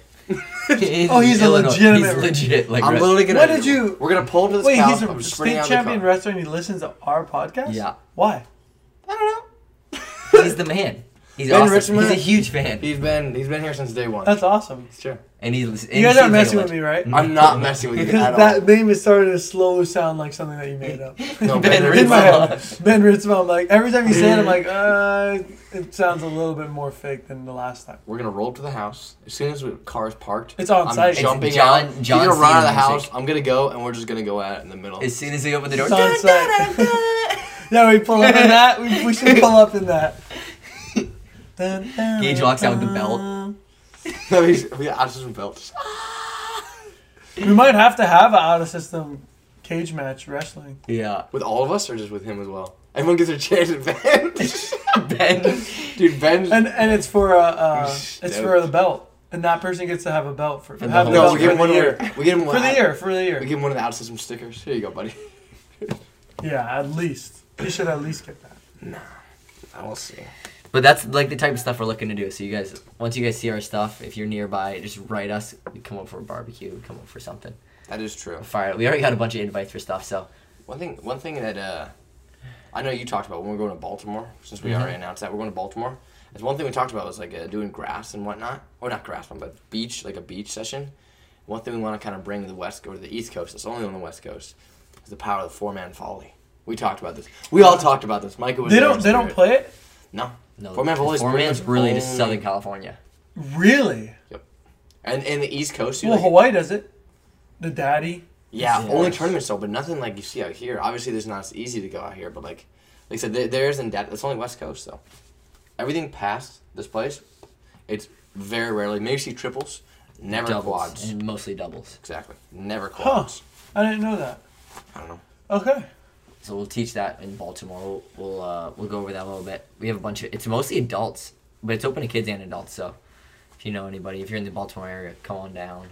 S4: Oh, he's a
S3: Illinois.
S4: legitimate-
S3: He's legit. Like
S2: I'm
S3: wrest-
S2: literally gonna.
S4: What did you-
S2: We're gonna pull him to this
S4: Wait,
S2: couch.
S4: he's
S2: I'm
S4: a
S2: sprinting
S4: state
S2: out of the
S4: champion
S2: car.
S4: wrestler and he listens to our podcast?
S3: Yeah.
S4: Why?
S2: I don't know.
S3: He's the man. He's
S2: Ben
S3: awesome.
S2: Richmond-
S3: He's a huge fan,
S2: He's been he's been here since day one.
S4: That's awesome.
S2: sure.
S3: and he's. And
S4: You guys aren't messing with me, right?
S2: I'm not messing with you
S4: Because
S2: at
S4: that
S2: all.
S4: name is starting to slowly sound like something that you made up.
S2: No,
S3: Ben
S2: Ben
S4: <laughs>
S3: Ritzema.
S4: In my
S2: Ritzema.
S4: head, Ben Ritzma. I'm like, every time you say it, I'm like, uh, it sounds a little bit more fake than the last time. <laughs>
S2: We're gonna roll up to the house as soon as the car is parked.
S4: It's on
S2: I'm
S4: site. It's
S2: Jumping
S3: John-
S2: out.
S3: John
S2: he's gonna run out of the
S3: Cena
S2: house.
S3: music.
S2: I'm gonna go, and we're just gonna go at it in the middle.
S3: As soon as they open the door,
S4: It's on site. yeah, we pull up in that. We, we should pull up in that. Dun, dun,
S3: Gage walks out with the belt.
S4: dun.
S2: <laughs> no, he's, we got Addison belts.
S4: We might have to have an out of system cage match wrestling.
S3: <laughs> yeah,
S2: With all of us, or just with him as well? Everyone gets a chance at Ben.
S4: <laughs>
S3: Ben.
S2: Dude, Ben.
S4: And and it's for a uh, it's
S2: Stoked.
S4: for the belt, and that person gets to have a belt for,
S3: the
S4: have
S3: whole-
S4: the
S2: no,
S4: belt
S2: we
S4: for
S2: give him
S4: the
S2: one
S4: year.
S2: year. We give him one
S4: For the year, for the
S2: We
S4: year.
S2: give him one of the out system stickers. Here you go, buddy.
S4: Yeah, at least he should at least get that.
S2: I will see.
S3: But that's like the type of stuff we're looking to do. So you guys, once you guys see our stuff, if you're nearby, just write us. We come up for a barbecue. We come up for something.
S2: That is true.
S3: Fire. We already got a bunch of invites for stuff. So
S2: One thing, one thing that uh, I know you talked about when we we're going to Baltimore, since
S4: Mm-hmm.
S2: we already announced that we're going to Baltimore, is one thing we talked about was like uh, doing grass and whatnot, or not grass, but beach, like a beach session. One thing we want to kind of bring to the West or to the East Coast, it's only on the West Coast, is the power of the four man folly. We talked about this. We all talked about this. Michael was
S4: They
S2: there
S4: don't
S2: in
S4: they don't
S2: spirit.
S4: play it
S2: No,
S3: no.
S2: Four Man Foley is
S3: Four
S2: pretty
S3: man's
S2: much
S3: really just
S2: only-
S3: Southern California.
S4: really.
S2: and in the East Coast, you
S4: Well,
S2: like,
S4: Hawaii does it. The daddy.
S2: Yeah,
S3: Yeah.
S2: only tournaments though, but nothing like you see out here. Obviously, there's not as easy to go out here, but like, like I said, there, there isn't that. It's only West Coast though. Everything past this place, it's very rarely. Maybe you see triples, never
S3: doubles,
S2: quads.
S3: and mostly doubles.
S2: Exactly, never
S4: Huh.
S2: quads.
S4: I didn't know that.
S2: I don't know.
S4: Okay.
S3: So we'll teach that in Baltimore. We'll we'll, uh, we'll go over that a little bit. We have a bunch of. It's mostly adults, but it's open to kids and adults. So if you know anybody, if you're in the Baltimore area, come on down.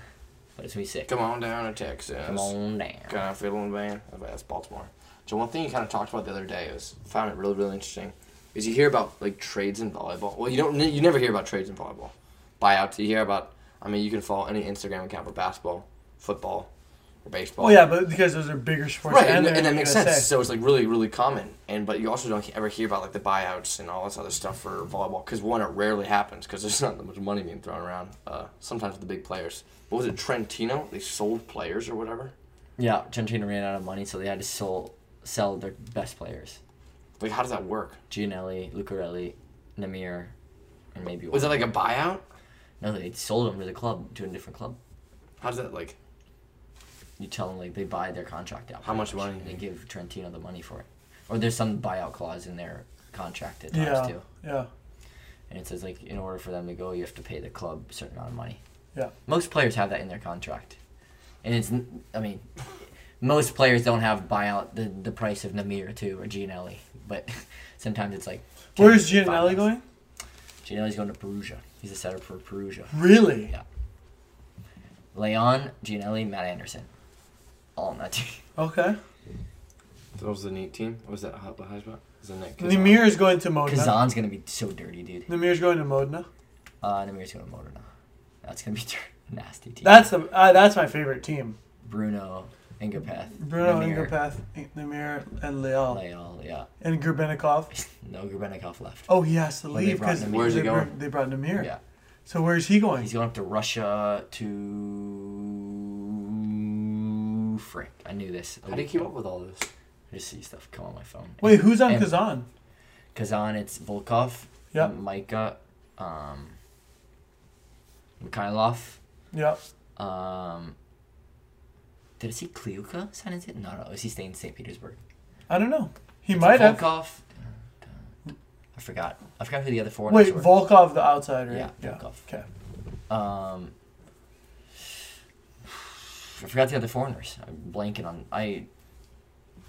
S3: But it's gonna be sick.
S2: Come on down to Texas.
S3: Come on down.
S2: Kind of fiddling band. That's Baltimore. So one thing you kind of talked about the other day is found it really really interesting. Is you hear about like trades in volleyball. Well, you don't you never hear about trades in volleyball. Buyouts. You hear about. I mean, you can follow any Instagram account for basketball, football, or baseball.
S4: Well, yeah, but because those are bigger sports,
S2: Right, and,
S4: and,
S2: and
S4: they're
S2: that makes
S4: gonna
S2: sense.
S4: say-
S2: So it's like really, really common, and but you also don't ever hear about like the buyouts and all this other stuff for volleyball because one, it rarely happens because there's <laughs> not that much money being thrown around. Uh, sometimes with the big players. What was it, Trentino? They sold players or whatever.
S3: Yeah, Trentino ran out of money, so they had to sell sell their best players:
S2: Like, how does that work?
S3: Gianelli, Lucarelli, Namir, and maybe
S2: Was
S3: one.
S2: that like a buyout?
S3: no, they sold them to the club to a different club.
S2: How does that like?
S3: You tell them like they buy their contract out.
S2: How much
S3: pretty
S2: money?
S3: They give Trentino the money for it, or there's some buyout clause in their contract at times
S4: Yeah,
S3: too.
S4: yeah.
S3: and it says like in order for them to go you have to pay the club a certain amount of money
S4: Yeah.
S3: most players have that in their contract and it's n- i mean most players don't have buyout the, the price of Namir too or Gianelli, but <laughs> sometimes it's like. 10,
S4: Where's
S3: five
S4: Gianelli
S3: mils.
S4: going?
S3: Gianelli's going to Perugia. He's a setter for Perugia.
S4: Really?
S3: Yeah. Leon, Gianelli, Matt Anderson, all on
S4: <laughs>
S3: that team.
S4: Okay.
S2: That was the neat team. What was that hot Heisman? Was that Nick?
S4: Namir is going to Modena.
S3: Kazan's gonna be so dirty, dude.
S4: Namir is going to Modena.
S3: Uh, Namir's going to Modena. That's gonna be <laughs> a nasty team.
S4: That's the uh, that's my favorite team.
S3: Bruno Ingapeth.
S4: Bruno
S3: Namir,
S4: Ingerpath, Namir, and Leal,
S3: Leal, yeah.
S4: and Gerbenikov.
S3: No Grabenikov left.
S4: Oh, he has to
S3: Well, they
S4: leave
S3: brought
S4: because
S3: Namir.
S2: Where's
S4: they,
S2: he going?
S4: brought- they brought Namir.
S3: Yeah.
S4: So where's he going?
S3: He's going up to Russia to frick. I knew this.
S2: How do you keep up with all this?
S3: I just see stuff come on my phone.
S4: Wait, who's on
S3: And-
S4: Kazan?
S3: Kazan, it's Volkov,
S4: Yep.
S3: Micah, um, Mikhailov.
S4: Yep.
S3: Um, did I see Kliuka sign his it? No, no. Is he staying in St. Petersburg?
S4: I don't know. He
S3: Is it
S4: might have.
S3: Volkov. I forgot. I forgot who the other four.
S4: Wait,
S3: were.
S4: Volkov, the outsider.
S3: Yeah,
S4: Yeah.
S3: Volkov.
S4: Okay.
S3: Um, I forgot the other foreigners. I'm blanking on. I.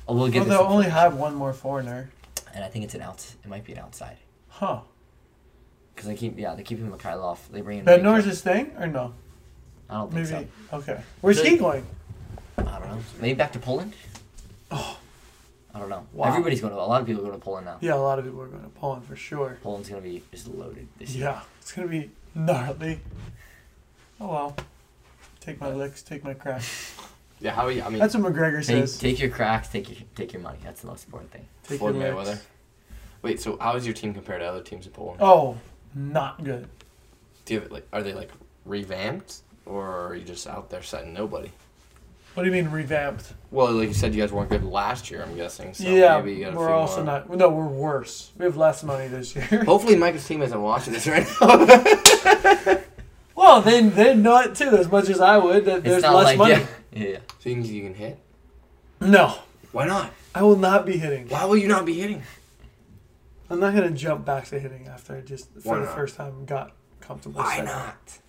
S3: I will get
S4: Well,
S3: this.
S4: they'll only
S3: information.
S4: have one more foreigner.
S3: And I think it's an outs. It might be an outside.
S4: Huh.
S3: Because they keep, yeah, they keep him Mikhailov. They bring in.
S4: Ben
S3: Mikhail-
S4: Nor's his thing or no?
S3: I don't think
S4: Maybe. Okay. Where's he
S3: Good.
S4: going?
S3: so. I don't know. Maybe back to Poland. Oh. I don't know.
S4: Wow.
S3: Everybody's going to. A lot of people are going to Poland now.
S4: Yeah, a lot of people are going to Poland for sure.
S3: Poland's going to be just loaded this year.
S4: Yeah, it's gonna be gnarly. Oh well. Take my licks, take my cracks.
S2: Yeah, how are you? I mean,
S4: That's what McGregor
S3: Take,
S4: says.
S3: take your cracks. Take your take your money. That's the most important thing.
S4: Take
S2: Floyd
S4: your
S2: Mayweather.
S4: licks.
S2: Wait, so how is your team compared to other teams in Poland?
S4: Oh, not good.
S2: Do you have like? Are they like revamped, or are you just out there setting nobody?
S4: What do you mean revamped?
S2: Well, like you said, you guys weren't good last year. I'm guessing. So
S4: yeah,
S2: maybe you got a
S4: we're
S2: few
S4: also
S2: more.
S4: not. <laughs> No, we're worse. We have less money this year. <laughs>
S2: Hopefully, Mike's team isn't watching this right now. <laughs>
S4: well, they they know it too as much as I would. That
S3: It's
S4: there's
S3: not
S4: less
S3: like
S4: money.
S3: yeah, yeah. <laughs>
S2: so you think you can hit?
S4: No,
S2: Why not?
S4: I will not be hitting.
S2: Why will you not be hitting?
S4: I'm not gonna jump back to hitting after I just for
S2: Why
S4: the
S2: not?
S4: first time got comfortable.
S2: Why
S4: setting.
S2: not?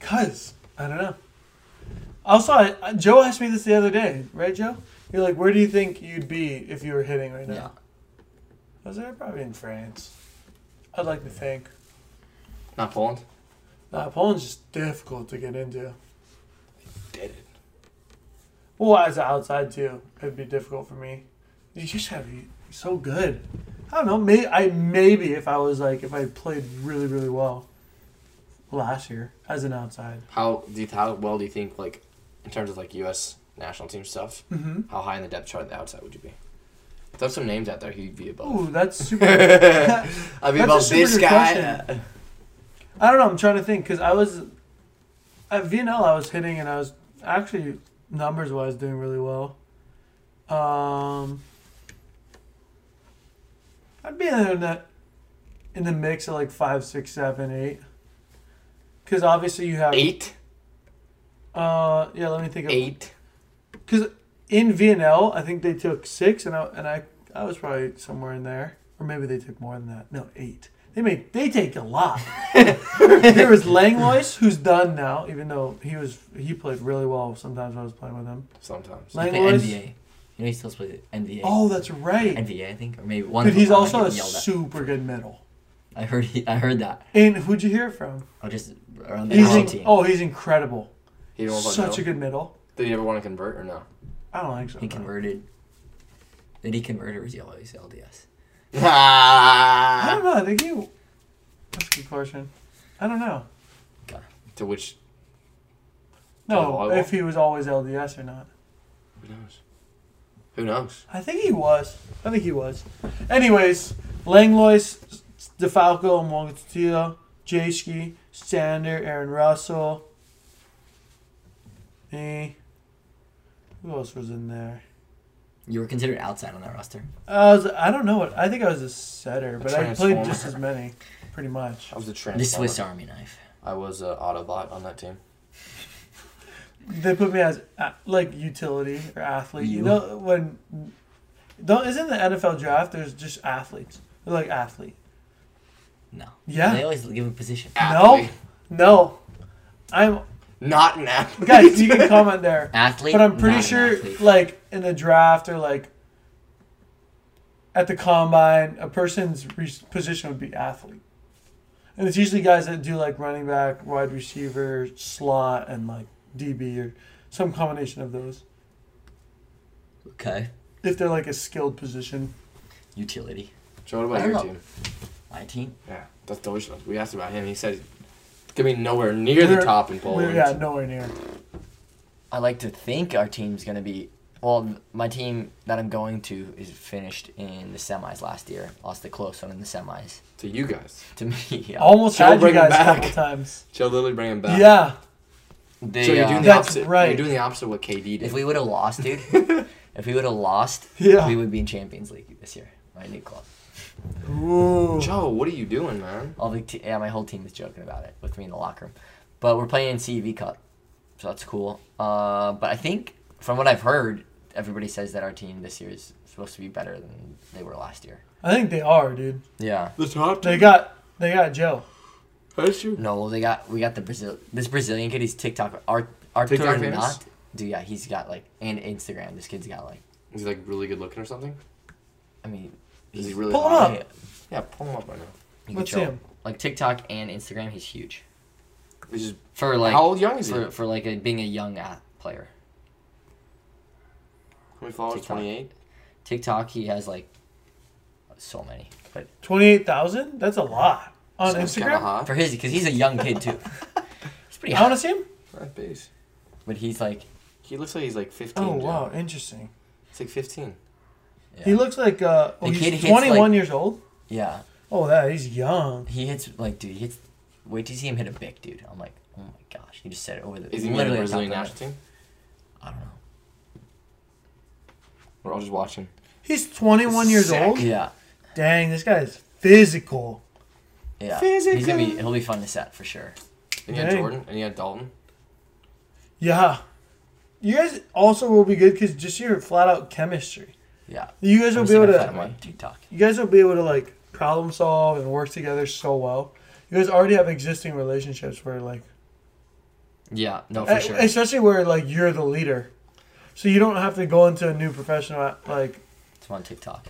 S4: Cause I don't know. Also, I, I- Joe asked me this the other day, right, Joe? You're like, where do you think you'd be if you were hitting right now?
S3: Yeah.
S4: I was there probably in France. I'd like to think.
S2: Not Poland.
S4: Nah, Poland's just difficult to get into.
S2: Did it.
S4: Well, as an outside too, it'd be difficult for me. You just gotta be so good. I don't know. May I maybe if I was like if I played really really well last year as an outside.
S2: How do you, how well do you think like in terms of like U.S. national team stuff?
S4: Mm-hmm.
S2: How high in the depth chart of the outside would you be? Throw some names out there. He'd be above.
S4: Ooh, that's super.
S2: I'd be
S4: That's a
S2: above
S4: super
S2: this
S4: good
S2: guy.
S4: question. I don't know. I'm trying to think because I was at VNL. I was hitting and I was actually numbers wise doing really well. Um, I'd be in the in the mix of like five, six, seven, eight. Because obviously you have
S2: Eight,
S4: Uh, yeah. Let me think. of
S2: eight.
S4: Because in VNL, I think they took six, and I and I I was probably somewhere in there, or maybe they took more than that. No, eight. They make they take a
S3: <laughs>
S4: lot. there was Langlois, who's done now, even though he was he played really well. Sometimes when I was playing with him.
S2: Sometimes.
S3: Like the
S4: Langlois.
S3: NBA. You know he still plays NBA.
S4: Oh, that's right.
S3: NBA, I think, or maybe one.
S4: Dude,
S3: of
S4: he's
S3: them, I
S4: also
S3: get
S4: a
S3: yelled at.
S4: super good middle.
S3: I heard he, I heard that.
S4: And who'd you hear it from?
S3: I just around the
S4: He's
S3: He's
S4: in-
S3: team.
S4: oh, he's incredible.
S2: He don't want
S4: Such
S2: to
S4: a good middle.
S2: Did he ever want to convert or no?
S4: I don't think so.
S3: He
S4: no.
S3: converted. Did he convert or was he always LDS?
S4: I don't know. I think he. That's a good question. I don't know.
S2: <laughs> to which?
S4: No,
S2: Volleyball?
S4: if he was always LDS or not.
S2: Who knows? Who knows?
S4: I think he was. I think he was. Anyways, Langlois, DeFalco, Mongatilla, Jayski, Sander, Aaron Russell. Me. Who else was in there?
S3: You were considered outside on that roster.
S4: I was. I don't know what. I think I was a setter, but I played
S2: transformer.
S4: just as many, pretty much.
S2: I was a
S3: The
S2: transformer.
S3: Swiss Army knife.
S2: I was an Autobot on that team.
S4: They put me as a- like utility or athlete. You,
S3: You.
S4: know when? Don't isn't the NFL draft? There's just athletes. They're like athlete.
S3: No.
S4: Yeah.
S3: They always give him position.
S4: No,
S2: Athlete.
S4: no. I'm
S2: not an athlete.
S4: Guys,
S2: <laughs>
S4: you can comment there.
S3: Athlete,
S4: But I'm
S3: not
S4: pretty
S3: an
S4: sure,
S3: athlete.
S4: like in the draft or like at the combine, a person's re- position would be athlete, and it's usually guys that do like running back, wide receiver, slot, and like DB or some combination of those.
S3: okay,
S4: If they're like a skilled position,
S3: utility.
S2: So what
S3: I
S2: about
S3: don't
S2: your
S3: know.
S2: team?
S3: My team.
S2: Yeah, that's Deutschland. We asked about him. He said it's gonna be nowhere near the
S4: We're-
S2: top in
S4: we're
S2: Poland.
S4: yeah, nowhere near.
S3: I like to think our team's gonna be. Well, my team that I'm going to is finished in the semis last year. Lost the close one in the semis
S2: To you guys,
S3: to me. <laughs> Yeah.
S4: Almost
S2: Joe,
S4: had you
S2: bring him
S4: guys a couple
S2: back.
S4: times.
S2: Joe Lily bring him back.
S4: Yeah,
S3: They,
S2: So you're
S3: uh,
S2: doing the
S4: That's
S2: opposite.
S4: right.
S2: You're doing the opposite of what KD did.
S3: If we would have
S2: <laughs>
S3: lost, dude, if we would have lost,
S4: Yeah.
S3: we would be in Champions League this year. My new club.
S4: Ooh.
S2: Joe, what are you doing, man?
S3: All the te- yeah, my whole team is joking about it with me in the locker room, but we're playing in CV Cup, so that's cool. Uh, but I think from what I've heard, everybody says that our team this year is supposed to be better than they were last year.
S4: I think they are, dude.
S3: Yeah.
S2: The top
S4: They got they got Joe.
S2: That's you.
S3: No, they got we got the Brazil this Brazilian kid. He's TikTok art
S2: TikTok
S3: Arturo
S2: famous?
S3: not. Dude, yeah, he's got like and Instagram. This kid's got like.
S2: Is he like really good looking or something?
S3: I mean,
S2: Is he really?
S4: Pull him
S2: hot?
S4: up.
S3: yeah,
S2: Yeah, pull him up right now.
S3: you can
S4: Let's see
S3: show-
S4: him.
S3: Like TikTok and Instagram, he's huge.
S2: He's just,
S3: For like
S2: how old young is he?
S3: for, for like a, being a young uh, player.
S2: How many followers?
S3: TikTok.
S2: Twenty eight.
S3: TikTok, he has like so many. But
S4: Twenty eight thousand? That's a lot. On
S2: Kinda
S4: Instagram?
S2: hot.
S3: for his, because he's a young kid too. he's pretty
S4: I
S3: hot,
S4: wanna see him?
S2: That base.
S3: but he's like
S2: He looks like he's like fifteen.
S4: Oh
S2: Joe.
S4: wow, interesting.
S2: He's like fifteen.
S4: He
S3: Yeah.
S4: looks like uh oh,
S3: The kid
S4: he's
S3: hits,
S4: twenty one
S3: like-
S4: years old.
S3: yeah.
S4: Oh that he's young.
S3: He hits like dude. He hits. Wait till you see him hit a bic, dude. I'm like, oh my gosh. He just said it over the.
S2: Is he in the
S3: literally at the top
S2: Brazilian
S3: of my-
S2: national team?
S3: I don't know.
S2: We're all just watching.
S4: He's twenty one years
S2: Sick.
S4: old.
S3: Yeah,
S4: Dang, this guy is physical.
S3: yeah. He's gonna be. He'll be fun to set for sure.
S2: And you had
S4: Dang.
S2: Jordan. And you had Dalton.
S4: Yeah. You guys also will be good because just your flat out chemistry.
S3: Yeah.
S4: You guys will
S3: I'm
S4: be
S3: just
S4: able
S3: gonna
S4: to
S3: find him on TikTok.
S4: you guys will be able to like problem solve and work together so well. You guys already have existing relationships where like
S3: Yeah. No,
S4: Uh,
S3: Oh, for sure.
S4: Especially where like you're the leader, so you don't have to go into a new professional uh, like
S3: It's on TikTok.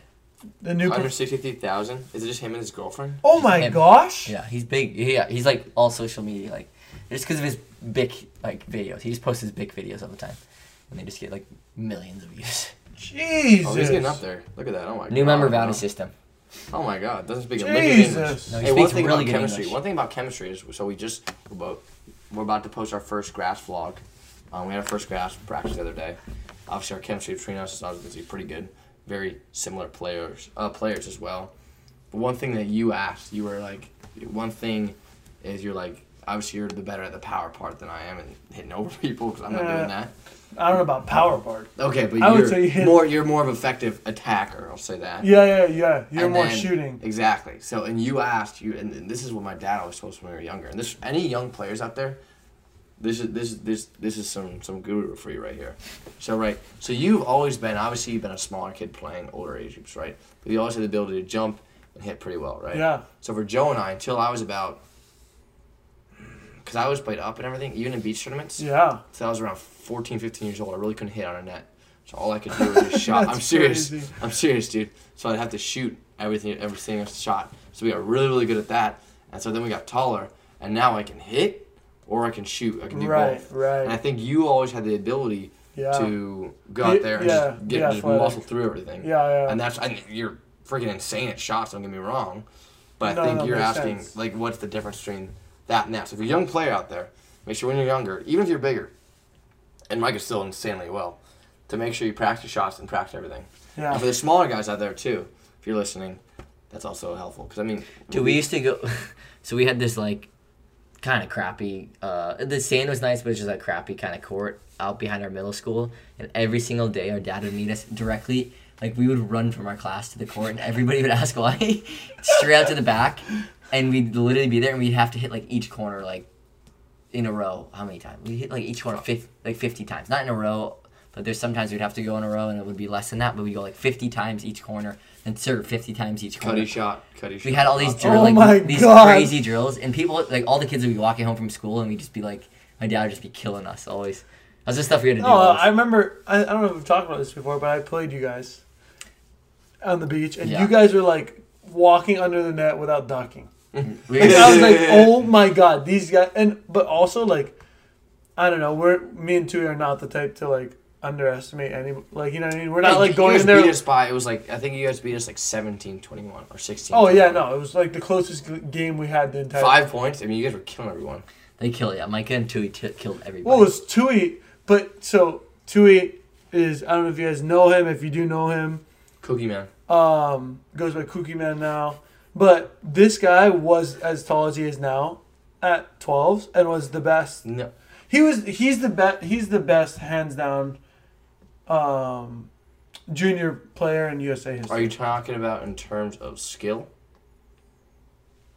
S4: the new.
S2: One
S4: Pro-
S2: hundred sixty three thousand. Is it just him and his girlfriend?
S4: oh my
S3: him.
S4: gosh!
S3: Yeah, he's big. Yeah, he's like all social media, like just because of his big like videos. He just posts his big videos all the time, and they just get like millions of views. <laughs>
S4: Jesus!
S2: Oh, he's getting up there. Look at that. Oh my god.
S3: New member
S2: bro.
S3: bounty system.
S2: Oh my god, doesn't speak a lick of
S4: Jesus.
S2: English.
S3: No, he
S2: hey, one
S3: speaks
S2: thing
S3: really
S2: about
S3: good
S2: chemistry.
S3: English.
S2: One thing about chemistry is so we just we're about, we're about to post our first grass vlog. Um, we had our first grass practice the other day. Obviously, our chemistry between us is obviously pretty good. Very similar players, uh, players as well. But one thing that you asked, you were like, one thing is you're like, obviously you're the better at the power part than I am and hitting over <laughs> people because I'm not
S4: Uh,
S2: doing that.
S4: I don't know about power part.
S2: Okay, but
S4: I would
S2: you're
S4: say hit-
S2: more you're more of an effective attacker. I'll say that.
S4: Yeah, yeah, yeah. You're
S2: And
S4: more
S2: then-
S4: shooting.
S2: Exactly. So, and you asked you, and, and this is what my dad always told us when we were younger. And this, any young players out there, this is this this this is some some guru for you right here. So right, so you've always been obviously you've been a smaller kid playing older age groups, right? But you always had the ability to jump and hit pretty well, right?
S4: Yeah.
S2: So for Joe and I, until I was about, because I always played up and everything, even in beach tournaments.
S4: Yeah.
S2: So I was around 14, 15 years old. I really couldn't hit on a net. So all I could do
S4: <laughs>
S2: was just shot. I'm
S4: That's
S2: serious.
S4: crazy.
S2: I'm serious, dude. So I'd have to shoot everything, everything else shot. So we got really, really good at that. And so then we got taller. And now I can hit or I can shoot. I can do
S4: Right,
S2: both. And I
S4: right.
S2: think you always had the ability
S4: Yeah.
S2: to go out
S4: Y-
S2: there and
S4: yeah,
S2: just, get,
S4: yeah,
S2: just
S4: athletic.
S2: muscle through everything.
S4: Yeah, yeah.
S2: And that's, and you're freaking insane at shots, don't get me wrong. But I
S4: No,
S2: think
S4: no,
S2: you're
S4: makes
S2: asking,
S4: sense.
S2: like, what's the difference between that and that? So if you're a young player out there, make sure when you're younger, even if you're bigger, and Mike is still insanely well, to make sure you practice shots and practice everything. And
S4: yeah.
S2: for the smaller guys out there, too, if you're listening, that's also helpful. Because, I mean,
S3: Dude, we used to go. <laughs> so we had this like kind of crappy. Uh, the sand was nice, but it was just like crappy kind of court out behind our middle school. And every single day, our dad would meet us directly. Like we would run from our class to the court, and everybody would <laughs> ask why, straight out to the back, and we'd literally be there, and we'd have to hit like each corner like in a row. How many times? We hit like each corner fif- like fifty times, not in a row. But there's sometimes we'd have to go in a row, and it would be less than that. But we go like fifty times each corner, and serve fifty times each corner.
S2: Cuddy shot, Cuddy shot.
S3: We had all these
S2: Oh,
S3: drills,
S4: Oh
S3: like
S4: my
S3: these
S4: God.
S3: crazy drills, and people like all the kids would be walking home from school, and we'd just be like, My dad would just be killing us always. That's the stuff we had to do.
S4: No, uh,
S3: always.
S4: I remember. I, I don't know if we've talked about this before, but I played you guys on the beach, and
S3: Yeah.
S4: you guys were like walking under the net without
S2: <laughs>
S4: ducking. <laughs>
S3: We-
S4: And I was like, oh my god, these guys. And but also like, I don't know. We're me and Tui are not the type to like underestimate any. Like you know what I mean? We're not
S2: Yeah,
S4: like
S2: you
S4: going
S2: guys
S4: in there.
S2: Beat us by, it was like I think you guys beat us like 17, 21 or 16.
S4: Oh yeah, no, it was like the closest g- game we had the entire.
S2: Five points. I mean, you guys were killing everyone.
S3: they kill yeah. Micah and Tui t- killed everybody.
S4: Well, it was Tui, but so Tui is I don't know if you guys know him. If you do know him,
S2: Cookie man.
S4: um, goes by Cookie Man now. But this guy was as tall as he is now at 12s and was the best.
S2: No.
S4: He was he's the best he's the best hands down um, junior player in USA
S2: Are
S4: history.
S2: you talking about in terms of skill?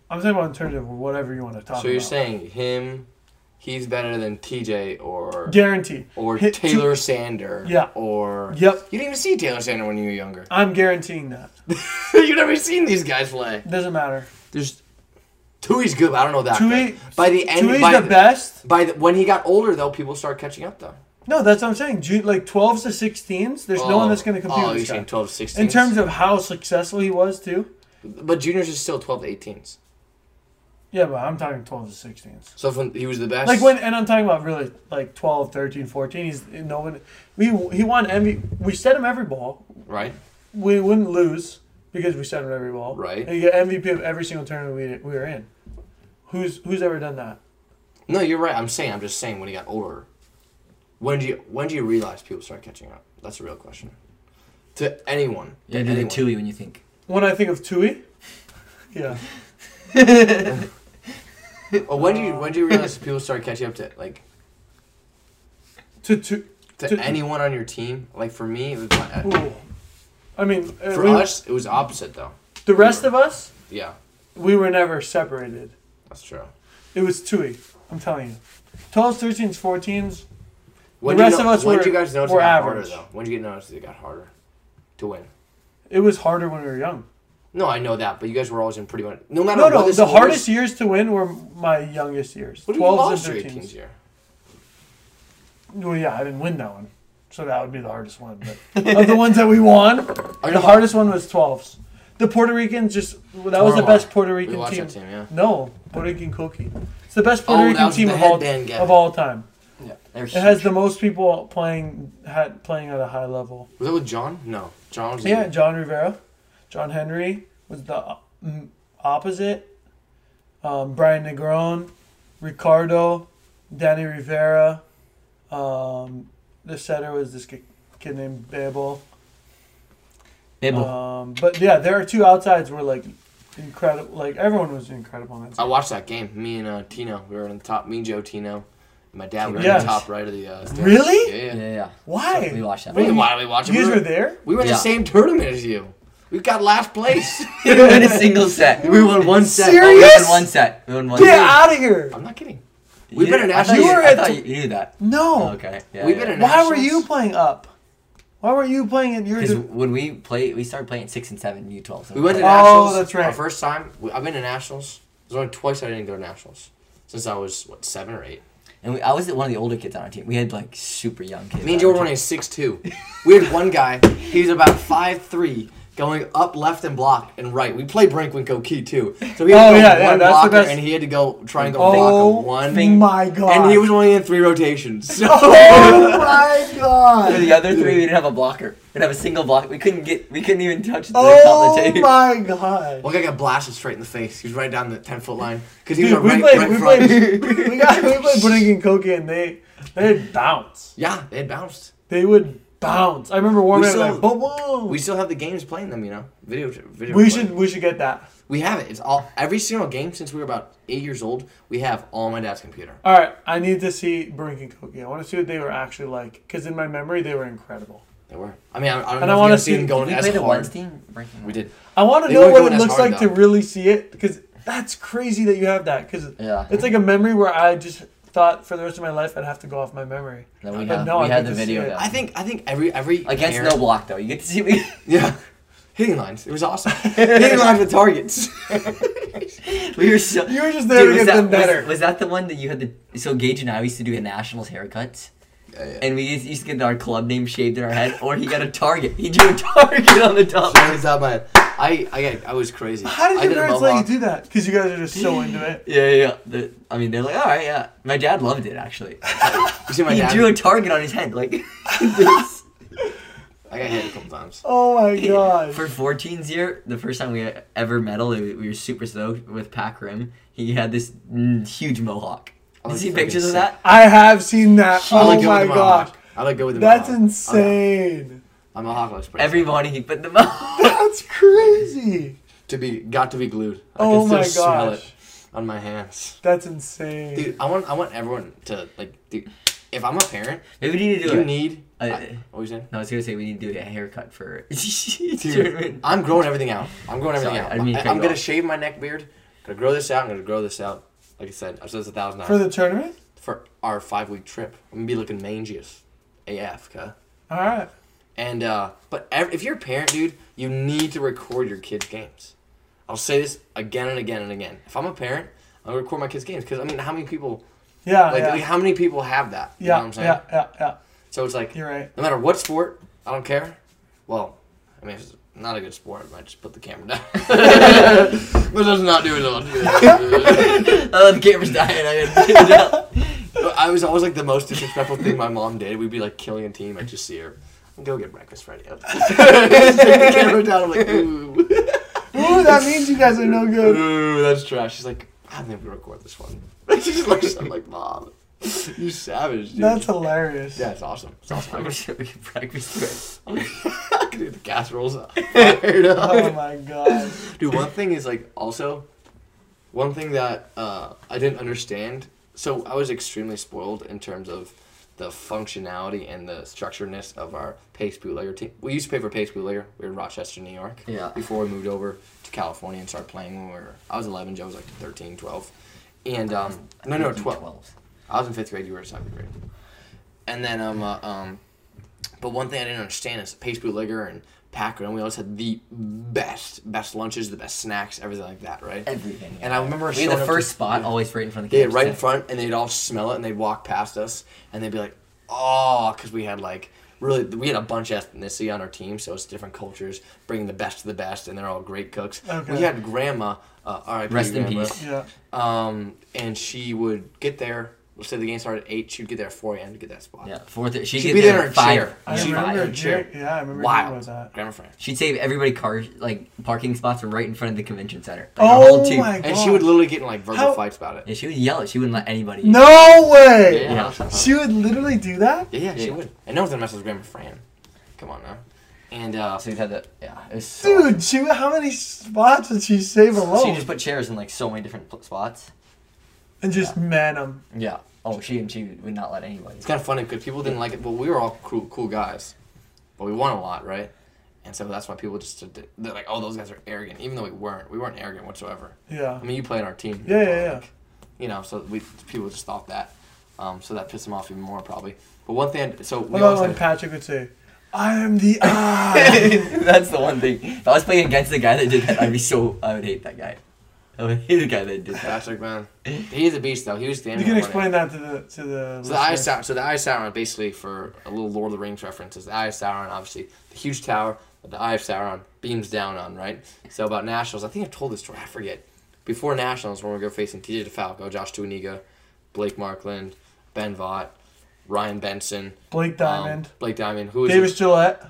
S4: I'm talking about in terms of whatever you want to talk about.
S2: so you're saying him, he's better than TJ or
S4: guaranteed.
S2: or
S4: Hit two-
S2: Taylor Sander.
S4: Yeah.
S2: Or
S4: Yep.
S2: You didn't even see Taylor Sander when you were
S4: <laughs>
S2: younger.
S4: I'm guaranteeing that.
S2: You've never seen these guys play.
S4: Doesn't matter.
S2: There's Tui's good. But I don't know that.
S4: Tui
S2: good. by the end,
S4: Tui's
S2: by
S4: the best.
S2: By the, when he got older, though, people started catching up though.
S4: No, that's what I'm saying. Ju- like 12s to 16s, there's no one that's going to compete
S2: oh,
S4: with
S2: you're
S4: this guy.
S2: saying 12 16.
S4: In terms of how successful he was too.
S2: But juniors is still 12 to 18s.
S4: Yeah, but I'm talking 12s to 16s.
S2: So when he was the best.
S4: Like when, and I'm talking about really like 12, 13, 14. He's no one. We he won MVP. We set him every ball.
S2: Right?
S4: We wouldn't lose because we set him every ball.
S2: Right.
S4: And you get MVP of every single tournament we we were in. Who's who's ever done that?
S2: No, you're right. I'm saying, I'm just saying when he got older. When do you when do you realize people start catching up? That's a real question. To anyone.
S3: yeah,
S2: to
S3: do the
S2: anyone.
S3: Tui when you think.
S4: When I think of Tui, <laughs> yeah,
S2: Or when do you when
S4: <laughs>
S2: do you realize people start catching up to like
S4: to Tui.
S2: to,
S4: To-
S2: anyone on your team? Like for me, it was my, uh,
S4: Ooh. I mean, uh,
S2: for
S4: we-
S2: us it was opposite though.
S4: the rest of us,
S2: Yeah,
S4: we were never separated.
S2: that's true.
S4: It was Tui. I'm telling you, 12s, 13s, 14s.
S2: When
S4: The
S2: do you
S4: rest of
S2: know-
S4: us
S2: when
S4: were-
S2: did you guys notice
S4: were
S2: it got
S4: average.
S2: harder though? When did you notice it got harder to win?
S4: It was harder when we were young.
S2: No, I know that, but you guys were always in pretty much no matter
S4: No,
S2: what
S4: no.
S2: this
S4: The
S2: was-
S4: hardest years to win were my youngest years.
S2: What did you
S4: 12s
S2: lost your
S4: and
S2: 18th
S4: 13s.
S2: year?
S4: Well, yeah, I didn't win that one. So that would be the hardest one. But of the ones that we won,
S2: <laughs>
S4: the
S2: know-
S4: hardest one was 12s. The Puerto Ricans just, well, that was the
S2: Tomorrow.
S4: best Puerto
S2: We
S4: Rican
S2: watched
S4: team.
S2: that team, yeah.
S4: No, Puerto Rican Coqui. It's the best Puerto
S2: Oh, that
S4: Rican
S2: was
S4: team
S2: the
S4: of all,
S2: headband guy.
S4: of all time.
S3: They're
S4: It has the most people playing had, playing at a high level.
S2: Was that with John? No, John was.
S4: Yeah, John Rivera. John Henry was the o- m- opposite. Um, Brian Negron, Ricardo, Danny Rivera. Um, the setter was this ki- kid named Babel.
S3: Bibble.
S4: Um, but yeah, there are two outsides were like incredible. Like everyone was incredible on that.
S2: I
S4: side.
S2: watched that game. Me and uh, Tino, we were on the top. Me, Joe, Tino, and my dad. We were
S4: Yes.
S2: on the top right of the. Uh, stairs.
S4: Really?
S2: Yeah.
S3: <laughs> yeah,
S2: yeah.
S3: yeah. yeah.
S4: Why?
S3: So we watched that.
S2: We,
S4: Wait,
S2: why did we watch it?
S4: you guys
S2: we
S4: were there.
S2: We were in
S3: Yeah.
S2: the same tournament as you. We got
S4: <laughs>
S2: last place.
S3: we won a single set.
S2: we won one set.
S4: Serious?
S3: We
S4: Yes!
S3: won one set. We won one
S4: Get
S3: set.
S4: out of here!
S2: I'm not kidding. We've been an
S3: I thought
S2: athlete.
S3: You,
S4: You were
S3: I
S4: at Oh.
S3: thought
S4: the-
S3: you you knew that.
S4: No.
S3: Okay. Yeah,
S2: We've
S3: yeah.
S2: been an
S4: Why were you
S2: Nationals?
S4: playing up? Why weren't you playing at your? <laughs>
S3: Because
S4: div-
S3: when we play, we started playing at six and seven, U twelve. So
S2: We went to
S4: Oh,
S2: nationals.
S4: that's right.
S2: Our first time. We, I've been to nationals. There's only twice I didn't go to nationals since I was what seven or eight.
S3: and we, I was one of the older kids on our team. We had like super young kids.
S2: Me and
S3: on
S2: Joe were
S3: our team.
S2: running six two. We had one guy. He was about five three, going up left and block and right. We play Brinkwinkle key too, so we
S4: Oh,
S2: had to go
S4: yeah, yeah,
S2: one
S4: that's the
S2: blocker
S4: best.
S2: and he had to go try and go
S4: Oh
S2: block one
S4: my god!
S2: And he was only in three rotations. So
S4: <laughs> Oh
S2: <laughs>
S4: my
S3: <laughs> For
S4: god!
S3: the other three, we didn't have a blocker. We didn't have a single block. We couldn't get. We couldn't even touch the top of the
S4: Oh
S3: table.
S4: my god!
S2: one guy got blasted straight in the face. He was right down the ten foot line because he was
S4: Dude,
S2: on right,
S4: we played,
S2: right
S4: we
S2: front. <laughs>
S4: played, we got, we played Pudding and Cokie, and they, they would bounce.
S2: Yeah, they had bounced.
S4: They would bounce. I remember one
S2: We
S4: man
S2: still-
S4: like, boom, boom.
S2: We
S4: We,
S2: still have the games playing them, you know. Video, video.
S4: we
S2: play.
S4: should, we should get that.
S2: We have it. It's all every single game since we were about eight years old. We have all my dad's computer.
S4: All right, I need to see Brink and Cokie. I want to see what they were actually like, because in my memory they were incredible.
S2: They were. I mean, I, I don't
S4: And I
S2: know if
S4: wanna
S2: you guys see
S4: see-
S2: them going
S3: we
S2: as
S3: played a
S2: hard.
S3: ones team. Breaking
S2: We did.
S4: I want to
S2: They
S4: know
S2: weren't
S4: what
S2: going
S4: it
S2: as
S4: looks
S2: hard,
S4: like
S2: though.
S4: to really see it, because that's crazy that you have that, because
S3: Yeah.
S4: it's like a memory where I just thought for the rest of my life I'd have to go off my memory.
S3: No, we
S4: But
S3: had,
S4: no,
S3: we
S4: I
S3: had
S4: get
S3: the
S4: to see
S3: video.
S4: it.
S3: though.
S2: I think. I think every every
S3: against
S2: parent- <laughs>
S3: no block though. You get to see me.
S2: Yeah. hitting lines. It was <laughs> awesome. hitting lines with targets.
S3: <laughs> We were so.
S4: You were just there to
S3: was
S4: get them
S3: that- was-
S4: better.
S3: Was, that the one that you had the? So Gage and I we used to do a nationals haircuts. And we used used to get our club name shaved in our head, or he got a target. He drew a <laughs> target on the top.
S2: Hands out my. I I got, I was crazy.
S4: How did
S2: I
S4: your
S2: a
S4: parents let you
S2: mohawk.
S4: do that? Because you guys are just so into it.
S3: Yeah, yeah. yeah. The- I mean, they're like, all right, yeah. My dad loved it actually.
S2: You see my
S3: he
S2: dad?
S3: drew a target on his head, like <laughs> this.
S2: I got hit a couple times.
S4: Oh
S2: <laughs>
S4: my god.
S3: For 14's year, the first time we ever meddled, we we were super stoked with Pac Rim. He had this mm, huge mohawk.
S2: Oh,
S3: You
S2: he's
S3: see
S2: freaking
S3: pictures of
S2: sick.
S3: that?
S4: I have seen that.
S2: I
S4: Oh
S2: like go
S4: my
S2: with the mohawk.
S4: gosh.
S2: I like go with the
S4: That's
S2: mohawk. Oh,
S4: insane.
S2: yeah. My mohawk looks pretty.
S3: Every morning he put the mohawk. <laughs>
S4: That's crazy.
S2: to be got to be glued. I
S4: Oh
S2: can
S4: my
S2: still smell
S4: gosh.
S2: it on my hands.
S4: That's insane.
S2: Dude, I want I want everyone to like dude, if I'm a parent,
S3: Maybe we need to do
S2: you
S3: it.
S2: need
S3: I-
S2: I, what were you saying?
S3: No, I was gonna say we need to <laughs> do a haircut for
S2: Dude,
S3: German.
S2: I'm growing everything out. I'm growing everything
S3: Sorry, I
S2: out.
S3: didn't mean to
S2: I,
S3: cut
S2: am
S3: you
S2: gonna
S3: off.
S2: shave my neck beard. Gonna grow this out. I'm gonna grow this out. Like I said, I've said this a thousand
S4: For
S2: times.
S4: the tournament?
S2: For our five week trip, I'm gonna be looking mangy as AF, cuh.
S4: Alright.
S2: And uh, but ev- if you're a parent, dude, you need to record your kids' games. I'll say this again and again and again. If I'm a parent, I'm gonna record my kids' games because I mean, how many people
S3: Uh,
S4: Yeah,
S2: like,
S4: yeah.
S2: like, how many people have that? You
S4: yeah,
S2: know what I'm saying?
S4: yeah, yeah, yeah.
S2: So it's like
S4: You're right.
S2: no matter what sport, I don't care. Well, I mean, if it's not a good sport, I might just put the camera down. <laughs> but that's not doing it.
S3: Oh, the camera's dying. I gotta do
S4: <laughs>
S3: it up.
S2: I was always like the most disrespectful thing my mom did. We'd be like killing a team. I'd just see her. Go get breakfast Friday. <laughs> Take the camera down. I'm like, ooh.
S4: Ooh, that means you guys are no good.
S2: Ooh, that's trash. She's like, I think we record this one. <laughs> She's just like, I'm like, mom, you savage, <laughs> dude.
S4: That's hilarious.
S2: yeah, it's awesome. It's
S4: <laughs>
S3: I'm
S2: awesome.
S3: gonna show you breakfast.
S2: I can do the casseroles. <laughs> Fired
S4: Oh
S2: up.
S4: my god.
S2: Dude, one thing is like also, one thing that uh, I didn't understand. So I was extremely spoiled in terms of the functionality and the structuredness of our Pace bootlegger team. We used to play for Pace bootlegger. We were in Rochester, New York.
S3: Yeah.
S2: Before we moved over to California and started playing when we were, I was 11, Joe was like 13, 12. And, um, no, no, 12. I was in fifth grade. You were in seventh grade. And then um, uh, um but one thing I didn't understand is Pace Bootlegger and Packer, and we always had the best, best lunches, the best snacks, everything like that, right?
S3: Everything.
S2: And I remember
S3: we had
S2: showing
S3: the
S2: up to-
S3: first spot always right in front of the
S2: yeah,
S3: camera.
S2: right in front, and they'd all smell it, and they'd walk past us, and they'd be like, "Oh," because we had like really, we had a bunch of ethnicity on our team, so it's different cultures, bringing the best of the best, and they're all great cooks.
S4: Okay.
S2: We had Grandma, uh, R.I.P.
S3: Rest in
S2: Grandma. <laughs>
S3: peace.
S4: Yeah.
S2: Um, and she would get there. Let's say the game started at eight. She'd get there at four a.m. to get that spot.
S3: Yeah, fourth. She'd
S2: She'd
S3: get
S2: be
S3: there
S2: there
S3: at
S2: in
S3: five.
S2: chair.
S4: I
S3: Yeah,
S2: She'd be
S3: five.
S2: there
S4: remember
S2: in chair.
S4: Jer- Yeah, I remember
S2: Wow.
S4: hearing about that.
S2: Grammar French.
S3: She'd save everybody car like parking spots right in front of the convention center. Like, a whole
S4: Oh
S3: two.
S4: my god.
S2: And she would literally get in like verbal
S4: How-
S2: fights about it.
S3: Yeah, she would yell. She wouldn't let anybody. in.
S4: No way!
S2: Yeah.
S3: Yeah.
S4: She would literally do that?
S2: Yeah, yeah, she
S3: Yeah.
S2: would. And no one's gonna mess with Grammar Fran. Come on now. And uh,
S3: So we had that. Yeah, it was so.
S4: Dude, she how many spots did she save alone?
S3: She just put chairs in like so many different pl- spots.
S4: and just man them.
S3: Yeah. Oh, she and she would not let
S2: <laughs>
S3: anybody. <laughs>
S2: it's kind of funny because people didn't like it, but we were all cool, cool guys. But we won a lot, right? And so that's why people just did- they're like, "Oh, those guys are arrogant," even though we weren't. We weren't arrogant whatsoever.
S4: Yeah.
S2: I mean, you play in our team.
S4: Yeah, yeah, yeah.
S2: You know, so we people just thought that. Um, so that pissed them off even more probably. But one thing, so we
S4: What about
S2: always
S4: when
S2: had,
S4: Patrick would say, I am the
S2: <laughs>
S4: eye.
S3: That's the one thing. If I was playing against the guy that did that, I'd be so. I would hate that guy. I would hate the guy that did that.
S4: <laughs>
S2: Patrick, man. He's a beast, though. He was standing.
S4: you can explain that to the to the
S2: So the Eye of
S4: listeners.
S2: Sauron, so the Eye of Sauron, basically for a little Lord of the Rings reference, is the Eye of Sauron, obviously the huge tower that the Eye of Sauron beams down on, right? So about Nationals, I think I've told this story, I forget. Before Nationals, when we were facing TJ DeFalco, Josh Tuaniga, Blake Markland, Ben Vaught, Ryan Benson, um,
S4: Blake Diamond.
S2: Blake Diamond, who was
S4: Davis Gillette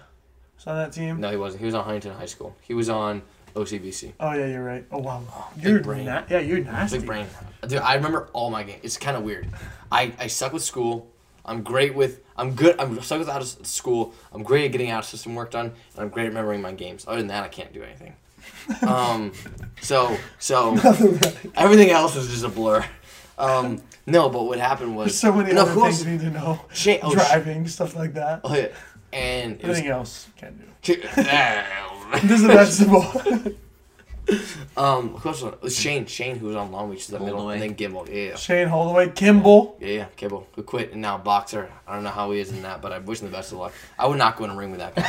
S4: was on that team.
S2: no, he wasn't. He was on Huntington High School. He was on OCBC.
S4: Oh yeah, you're right. Oh wow. you're
S2: brain.
S4: na- yeah, you're nasty.
S2: Big brain. Dude, I remember all my games. It's kind of weird. I, I suck with school. I'm great with. I'm good. I'm suck with out of s- school. I'm great at getting out of system work done, and I'm great at remembering my games. Other than that, I can't do anything. Um, so
S4: <laughs>
S2: so everything else is just a blur. Um, no, but what happened was
S4: There's so many
S2: no,
S4: other
S2: who
S4: things
S2: else-
S4: you need to know.
S2: Shit, <laughs> oh, sh-
S4: Driving, stuff like that.
S2: Oh, yeah. And it was,
S4: Anything else can do.
S2: <laughs> Damn. <laughs>
S4: This is a vegetable.
S2: Um, who else was on? It was Shane. Shane, who was on Long Beach, to the middle,
S3: Holdaway.
S2: and then Gimbal. Yeah, yeah,
S4: Shane Holloway, Kimball.
S2: yeah, yeah. Gimbal, who quit and now boxer. I don't know how he is in that, but I wish him the best of luck. I would not go in a ring with that guy.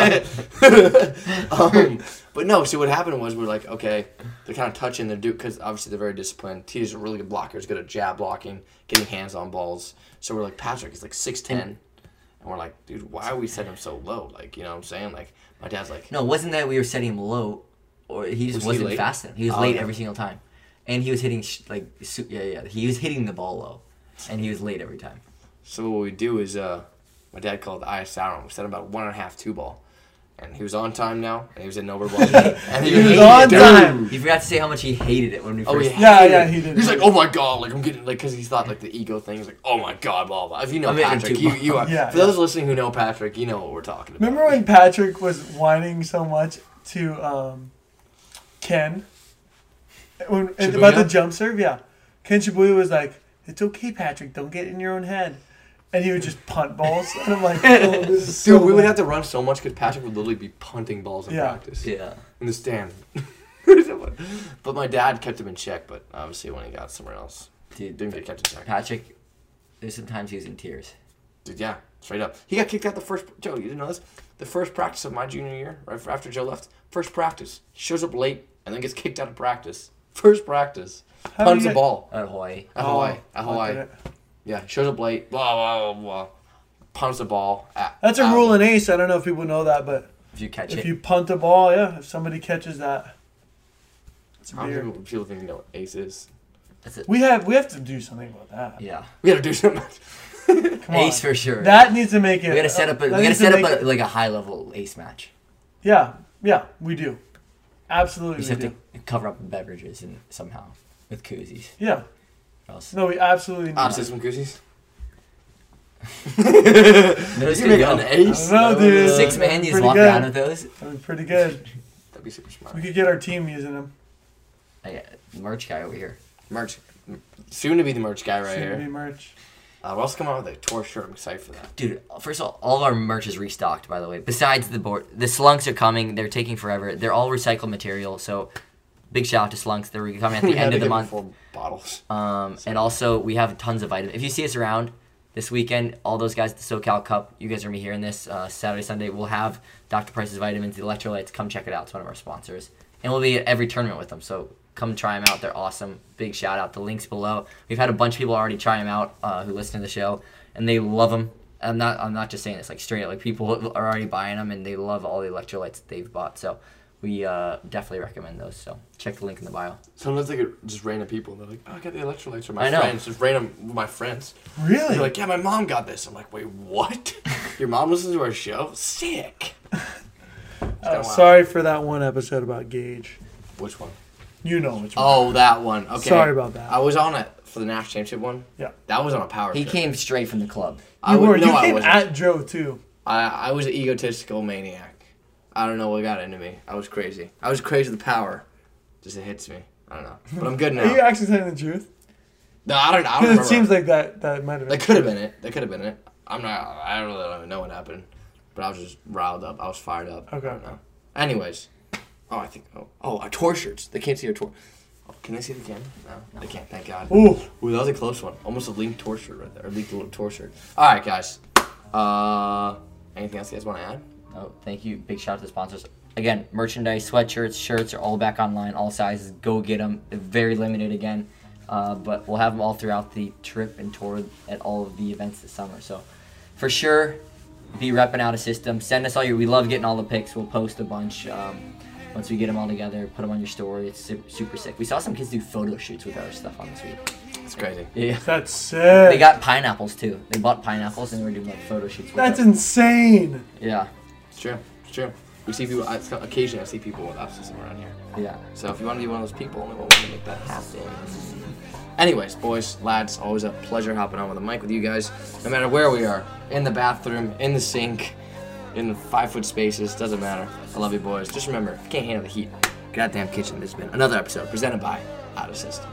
S2: I'm just gonna say. <laughs> um, but no. So what happened was we're like, okay, they're kind of touching. They're do because obviously they're very disciplined. Tito's a really good blocker. He's good at jab blocking, getting hands on balls. So we're like, Patrick is like six ten. And we're like, dude, why are we setting him so low? Like, you know what I'm saying? Like, my dad's like,
S3: No, it wasn't that we were setting him low, or he
S2: Was
S3: just
S2: he
S3: was not
S2: late?
S3: fast enough. He was
S2: Oh,
S3: late
S2: yeah.
S3: every single time, and he was hitting sh- like su- yeah yeah. He was hitting the ball low, and he was late every time.
S2: So what we do is, uh, my dad called the IS hour and we set him about one and a half two ball, and he was on time now, and he was
S4: <laughs>
S2: in overball, and
S4: He was
S2: hated
S4: on
S2: it.
S4: time.
S3: You forgot to say how much he hated it when we first.
S2: Oh
S4: Yeah,
S2: yeah,
S4: yeah, he did.
S2: He's like, oh my god, like I'm getting like because he thought like the ego thing. He's like, oh my god, blah blah. If you know
S3: I'm hitting
S2: Patrick,
S3: two
S2: you
S3: balls.
S2: you are.
S4: Yeah,
S2: for those listening who know Patrick, you know what we're talking about.
S4: Remember when Patrick was whining so much to um, Ken when, and about the
S2: Shibuya?
S4: jump serve? Yeah, Ken Shibuya was like, "It's okay, Patrick. Don't get in your own head." And he would just punt balls, and I'm
S2: <laughs>
S4: like, oh, this is
S2: Dude,
S4: so
S2: we would
S4: bad.
S2: have to run so much because Patrick would literally be punting balls in
S4: Yeah.
S2: practice.
S3: Yeah.
S2: in the stand. <laughs> but my dad kept him in check. But obviously, when he got somewhere else, he
S3: Dude,
S2: didn't get kept in check.
S3: Patrick, there's sometimes he was in tears.
S2: Dude, yeah, straight up. He got kicked out the first. Joe, you didn't know this. The first practice of my junior year, right after Joe left. First practice, he shows up late and then gets <laughs> kicked out of practice. First practice,
S4: How
S2: punts
S4: do
S2: a
S4: you-
S2: ball
S3: Out of Hawaii.
S2: at
S4: Oh,
S2: Hawaii.
S4: I
S2: At Hawaii,
S4: did it.
S2: yeah, shows up late. Blah blah blah. blah. Punts the ball. At,
S4: That's a
S2: out.
S4: rule in ace. I don't know if people know that, but
S3: If you catch
S4: if
S3: it,
S4: you punt a ball, yeah, if somebody catches that, it's
S2: I don't
S4: weird.
S2: think people think you know what ace is.
S3: that's it.
S4: We have we have to do something about that.
S3: Yeah.
S2: We gotta do <laughs> something.
S4: Come on.
S3: Ace for sure.
S4: That needs to make it.
S3: we gotta set up. A,
S4: that
S3: we gotta
S4: needs to
S3: set
S4: make
S3: up
S4: it-
S3: a, like a high level ace match.
S4: Yeah, yeah, we do.
S3: We
S4: Absolutely,
S3: just
S4: we
S3: have
S4: do.
S3: to cover up beverages and somehow with koozies.
S4: Yeah,
S3: Or else.
S4: no, we absolutely need.
S2: Opposite from koozies.
S3: No,
S2: You make an ace.
S4: I don't know, dude.
S3: Six
S4: Uh,
S3: man, you just
S4: pretty
S3: walk
S4: good.
S3: around with those.
S4: That'd be pretty good.
S2: That'd be super smart.
S4: We could get our team using them.
S3: I got merch guy over here.
S2: Merch, soon to be the merch guy right
S4: Soon to be
S2: here.
S4: merch.
S2: Uh, we're also coming out with a tour shirt. I'm excited for that.
S3: Dude, first of all, all of our merch is restocked, by the way. Besides the board, the slunks are coming. They're taking forever. They're all recycled material. So, big shout out to slunks. They're coming
S2: <laughs>
S3: at
S2: We
S3: the
S2: had
S3: end
S2: to
S3: of the
S2: give him
S3: month.
S2: Four bottles.
S3: Um, and also, we have tons of items. If you see us around this weekend, all those guys at the SoCal Cup, you guys are gonna be hearing this uh, Saturday, Sunday. We'll have Dr. Price's vitamins, the electrolytes. Come check it out. It's one of our sponsors, and we'll be at every tournament with them. So come try them out. They're awesome. Big shout out. The links below. We've had a bunch of people already try them out uh, who listen to the show, and they love them. I'm not. I'm not just saying this like straight. up. Like people <laughs> are already buying them, and they love all the electrolytes that they've bought. So we uh, definitely recommend those. So check the link in the bio.
S2: Sometimes they get just random people. and They're like, oh, I got the electrolytes from my
S3: I know.
S2: friends. Just random with my friends.
S4: Really?
S2: They're like, yeah, my mom got this. I'm like, wait,
S3: <laughs>
S2: what? Your mom listens to our show? Sick.
S4: Oh,
S2: wild.
S4: sorry for that one episode about Gage.
S2: Which one?
S4: You know which one.
S2: Oh, that one. Okay.
S4: Sorry about that.
S2: I was on it for the national championship one.
S4: Yeah.
S2: That was on a power.
S3: He
S2: trip.
S3: came straight from the club.
S2: I
S4: you
S2: would-
S4: were.
S2: no,
S4: you
S2: I
S4: came
S2: wasn't.
S4: at Joe too.
S2: I, I was an egotistical maniac. I don't know what got into me. I was crazy. I was crazy with the power. Just it hits me. I don't know. But
S4: <laughs>
S2: I'm good
S4: Are you
S2: now.
S4: actually telling the truth?
S2: No, I don't.
S4: <laughs> Because
S2: I don't remember.
S4: it seems like that that might have.
S2: That
S4: Been.
S2: could have been it. That could have been it. I'm not. I really don't even know what happened, but I was just riled up. I was fired up.
S4: Okay.
S2: I don't know. Anyways, oh, I think. Oh, oh, our tour shirts. They can't see our tour. Oh, can they see the camera? No, they can't. Thank God.
S4: Ooh,
S2: Ooh, that was a close one. Almost a leaked tour shirt right there. A leaked little tour shirt. All right, guys. Uh, anything else you guys want to add?
S3: Oh, thank you. Big shout out to the sponsors. Again, merchandise, sweatshirts, shirts are all back online, all sizes. Go get them. Very limited again, uh, but we'll have them all throughout the trip and tour at all of the events this summer. So, for sure, be repping out a system. Send us all your. We love getting all the pics. We'll post a bunch. Um, once we get them all together, put them on your story. It's su- super sick. We saw some kids do photo shoots with our stuff on this week.
S2: It's crazy.
S3: Yeah.
S4: that's sick.
S3: They got pineapples too. They bought pineapples and they were doing like photo shoots with
S4: that's
S3: it.
S4: insane.
S3: Yeah.
S2: It's true. It's true. We see people. I, occasionally, I see people with abscess around here.
S3: Yeah.
S2: So if you want to be one of those people, only one way to make that happen. Anyways, boys, lads, always a pleasure hopping on with the mic with you guys. No matter where we are, in the bathroom, in the sink, in the five foot spaces, doesn't matter. I love you, boys. Just remember, if you can't handle the heat, goddamn kitchen. This has been another episode presented by Out of System.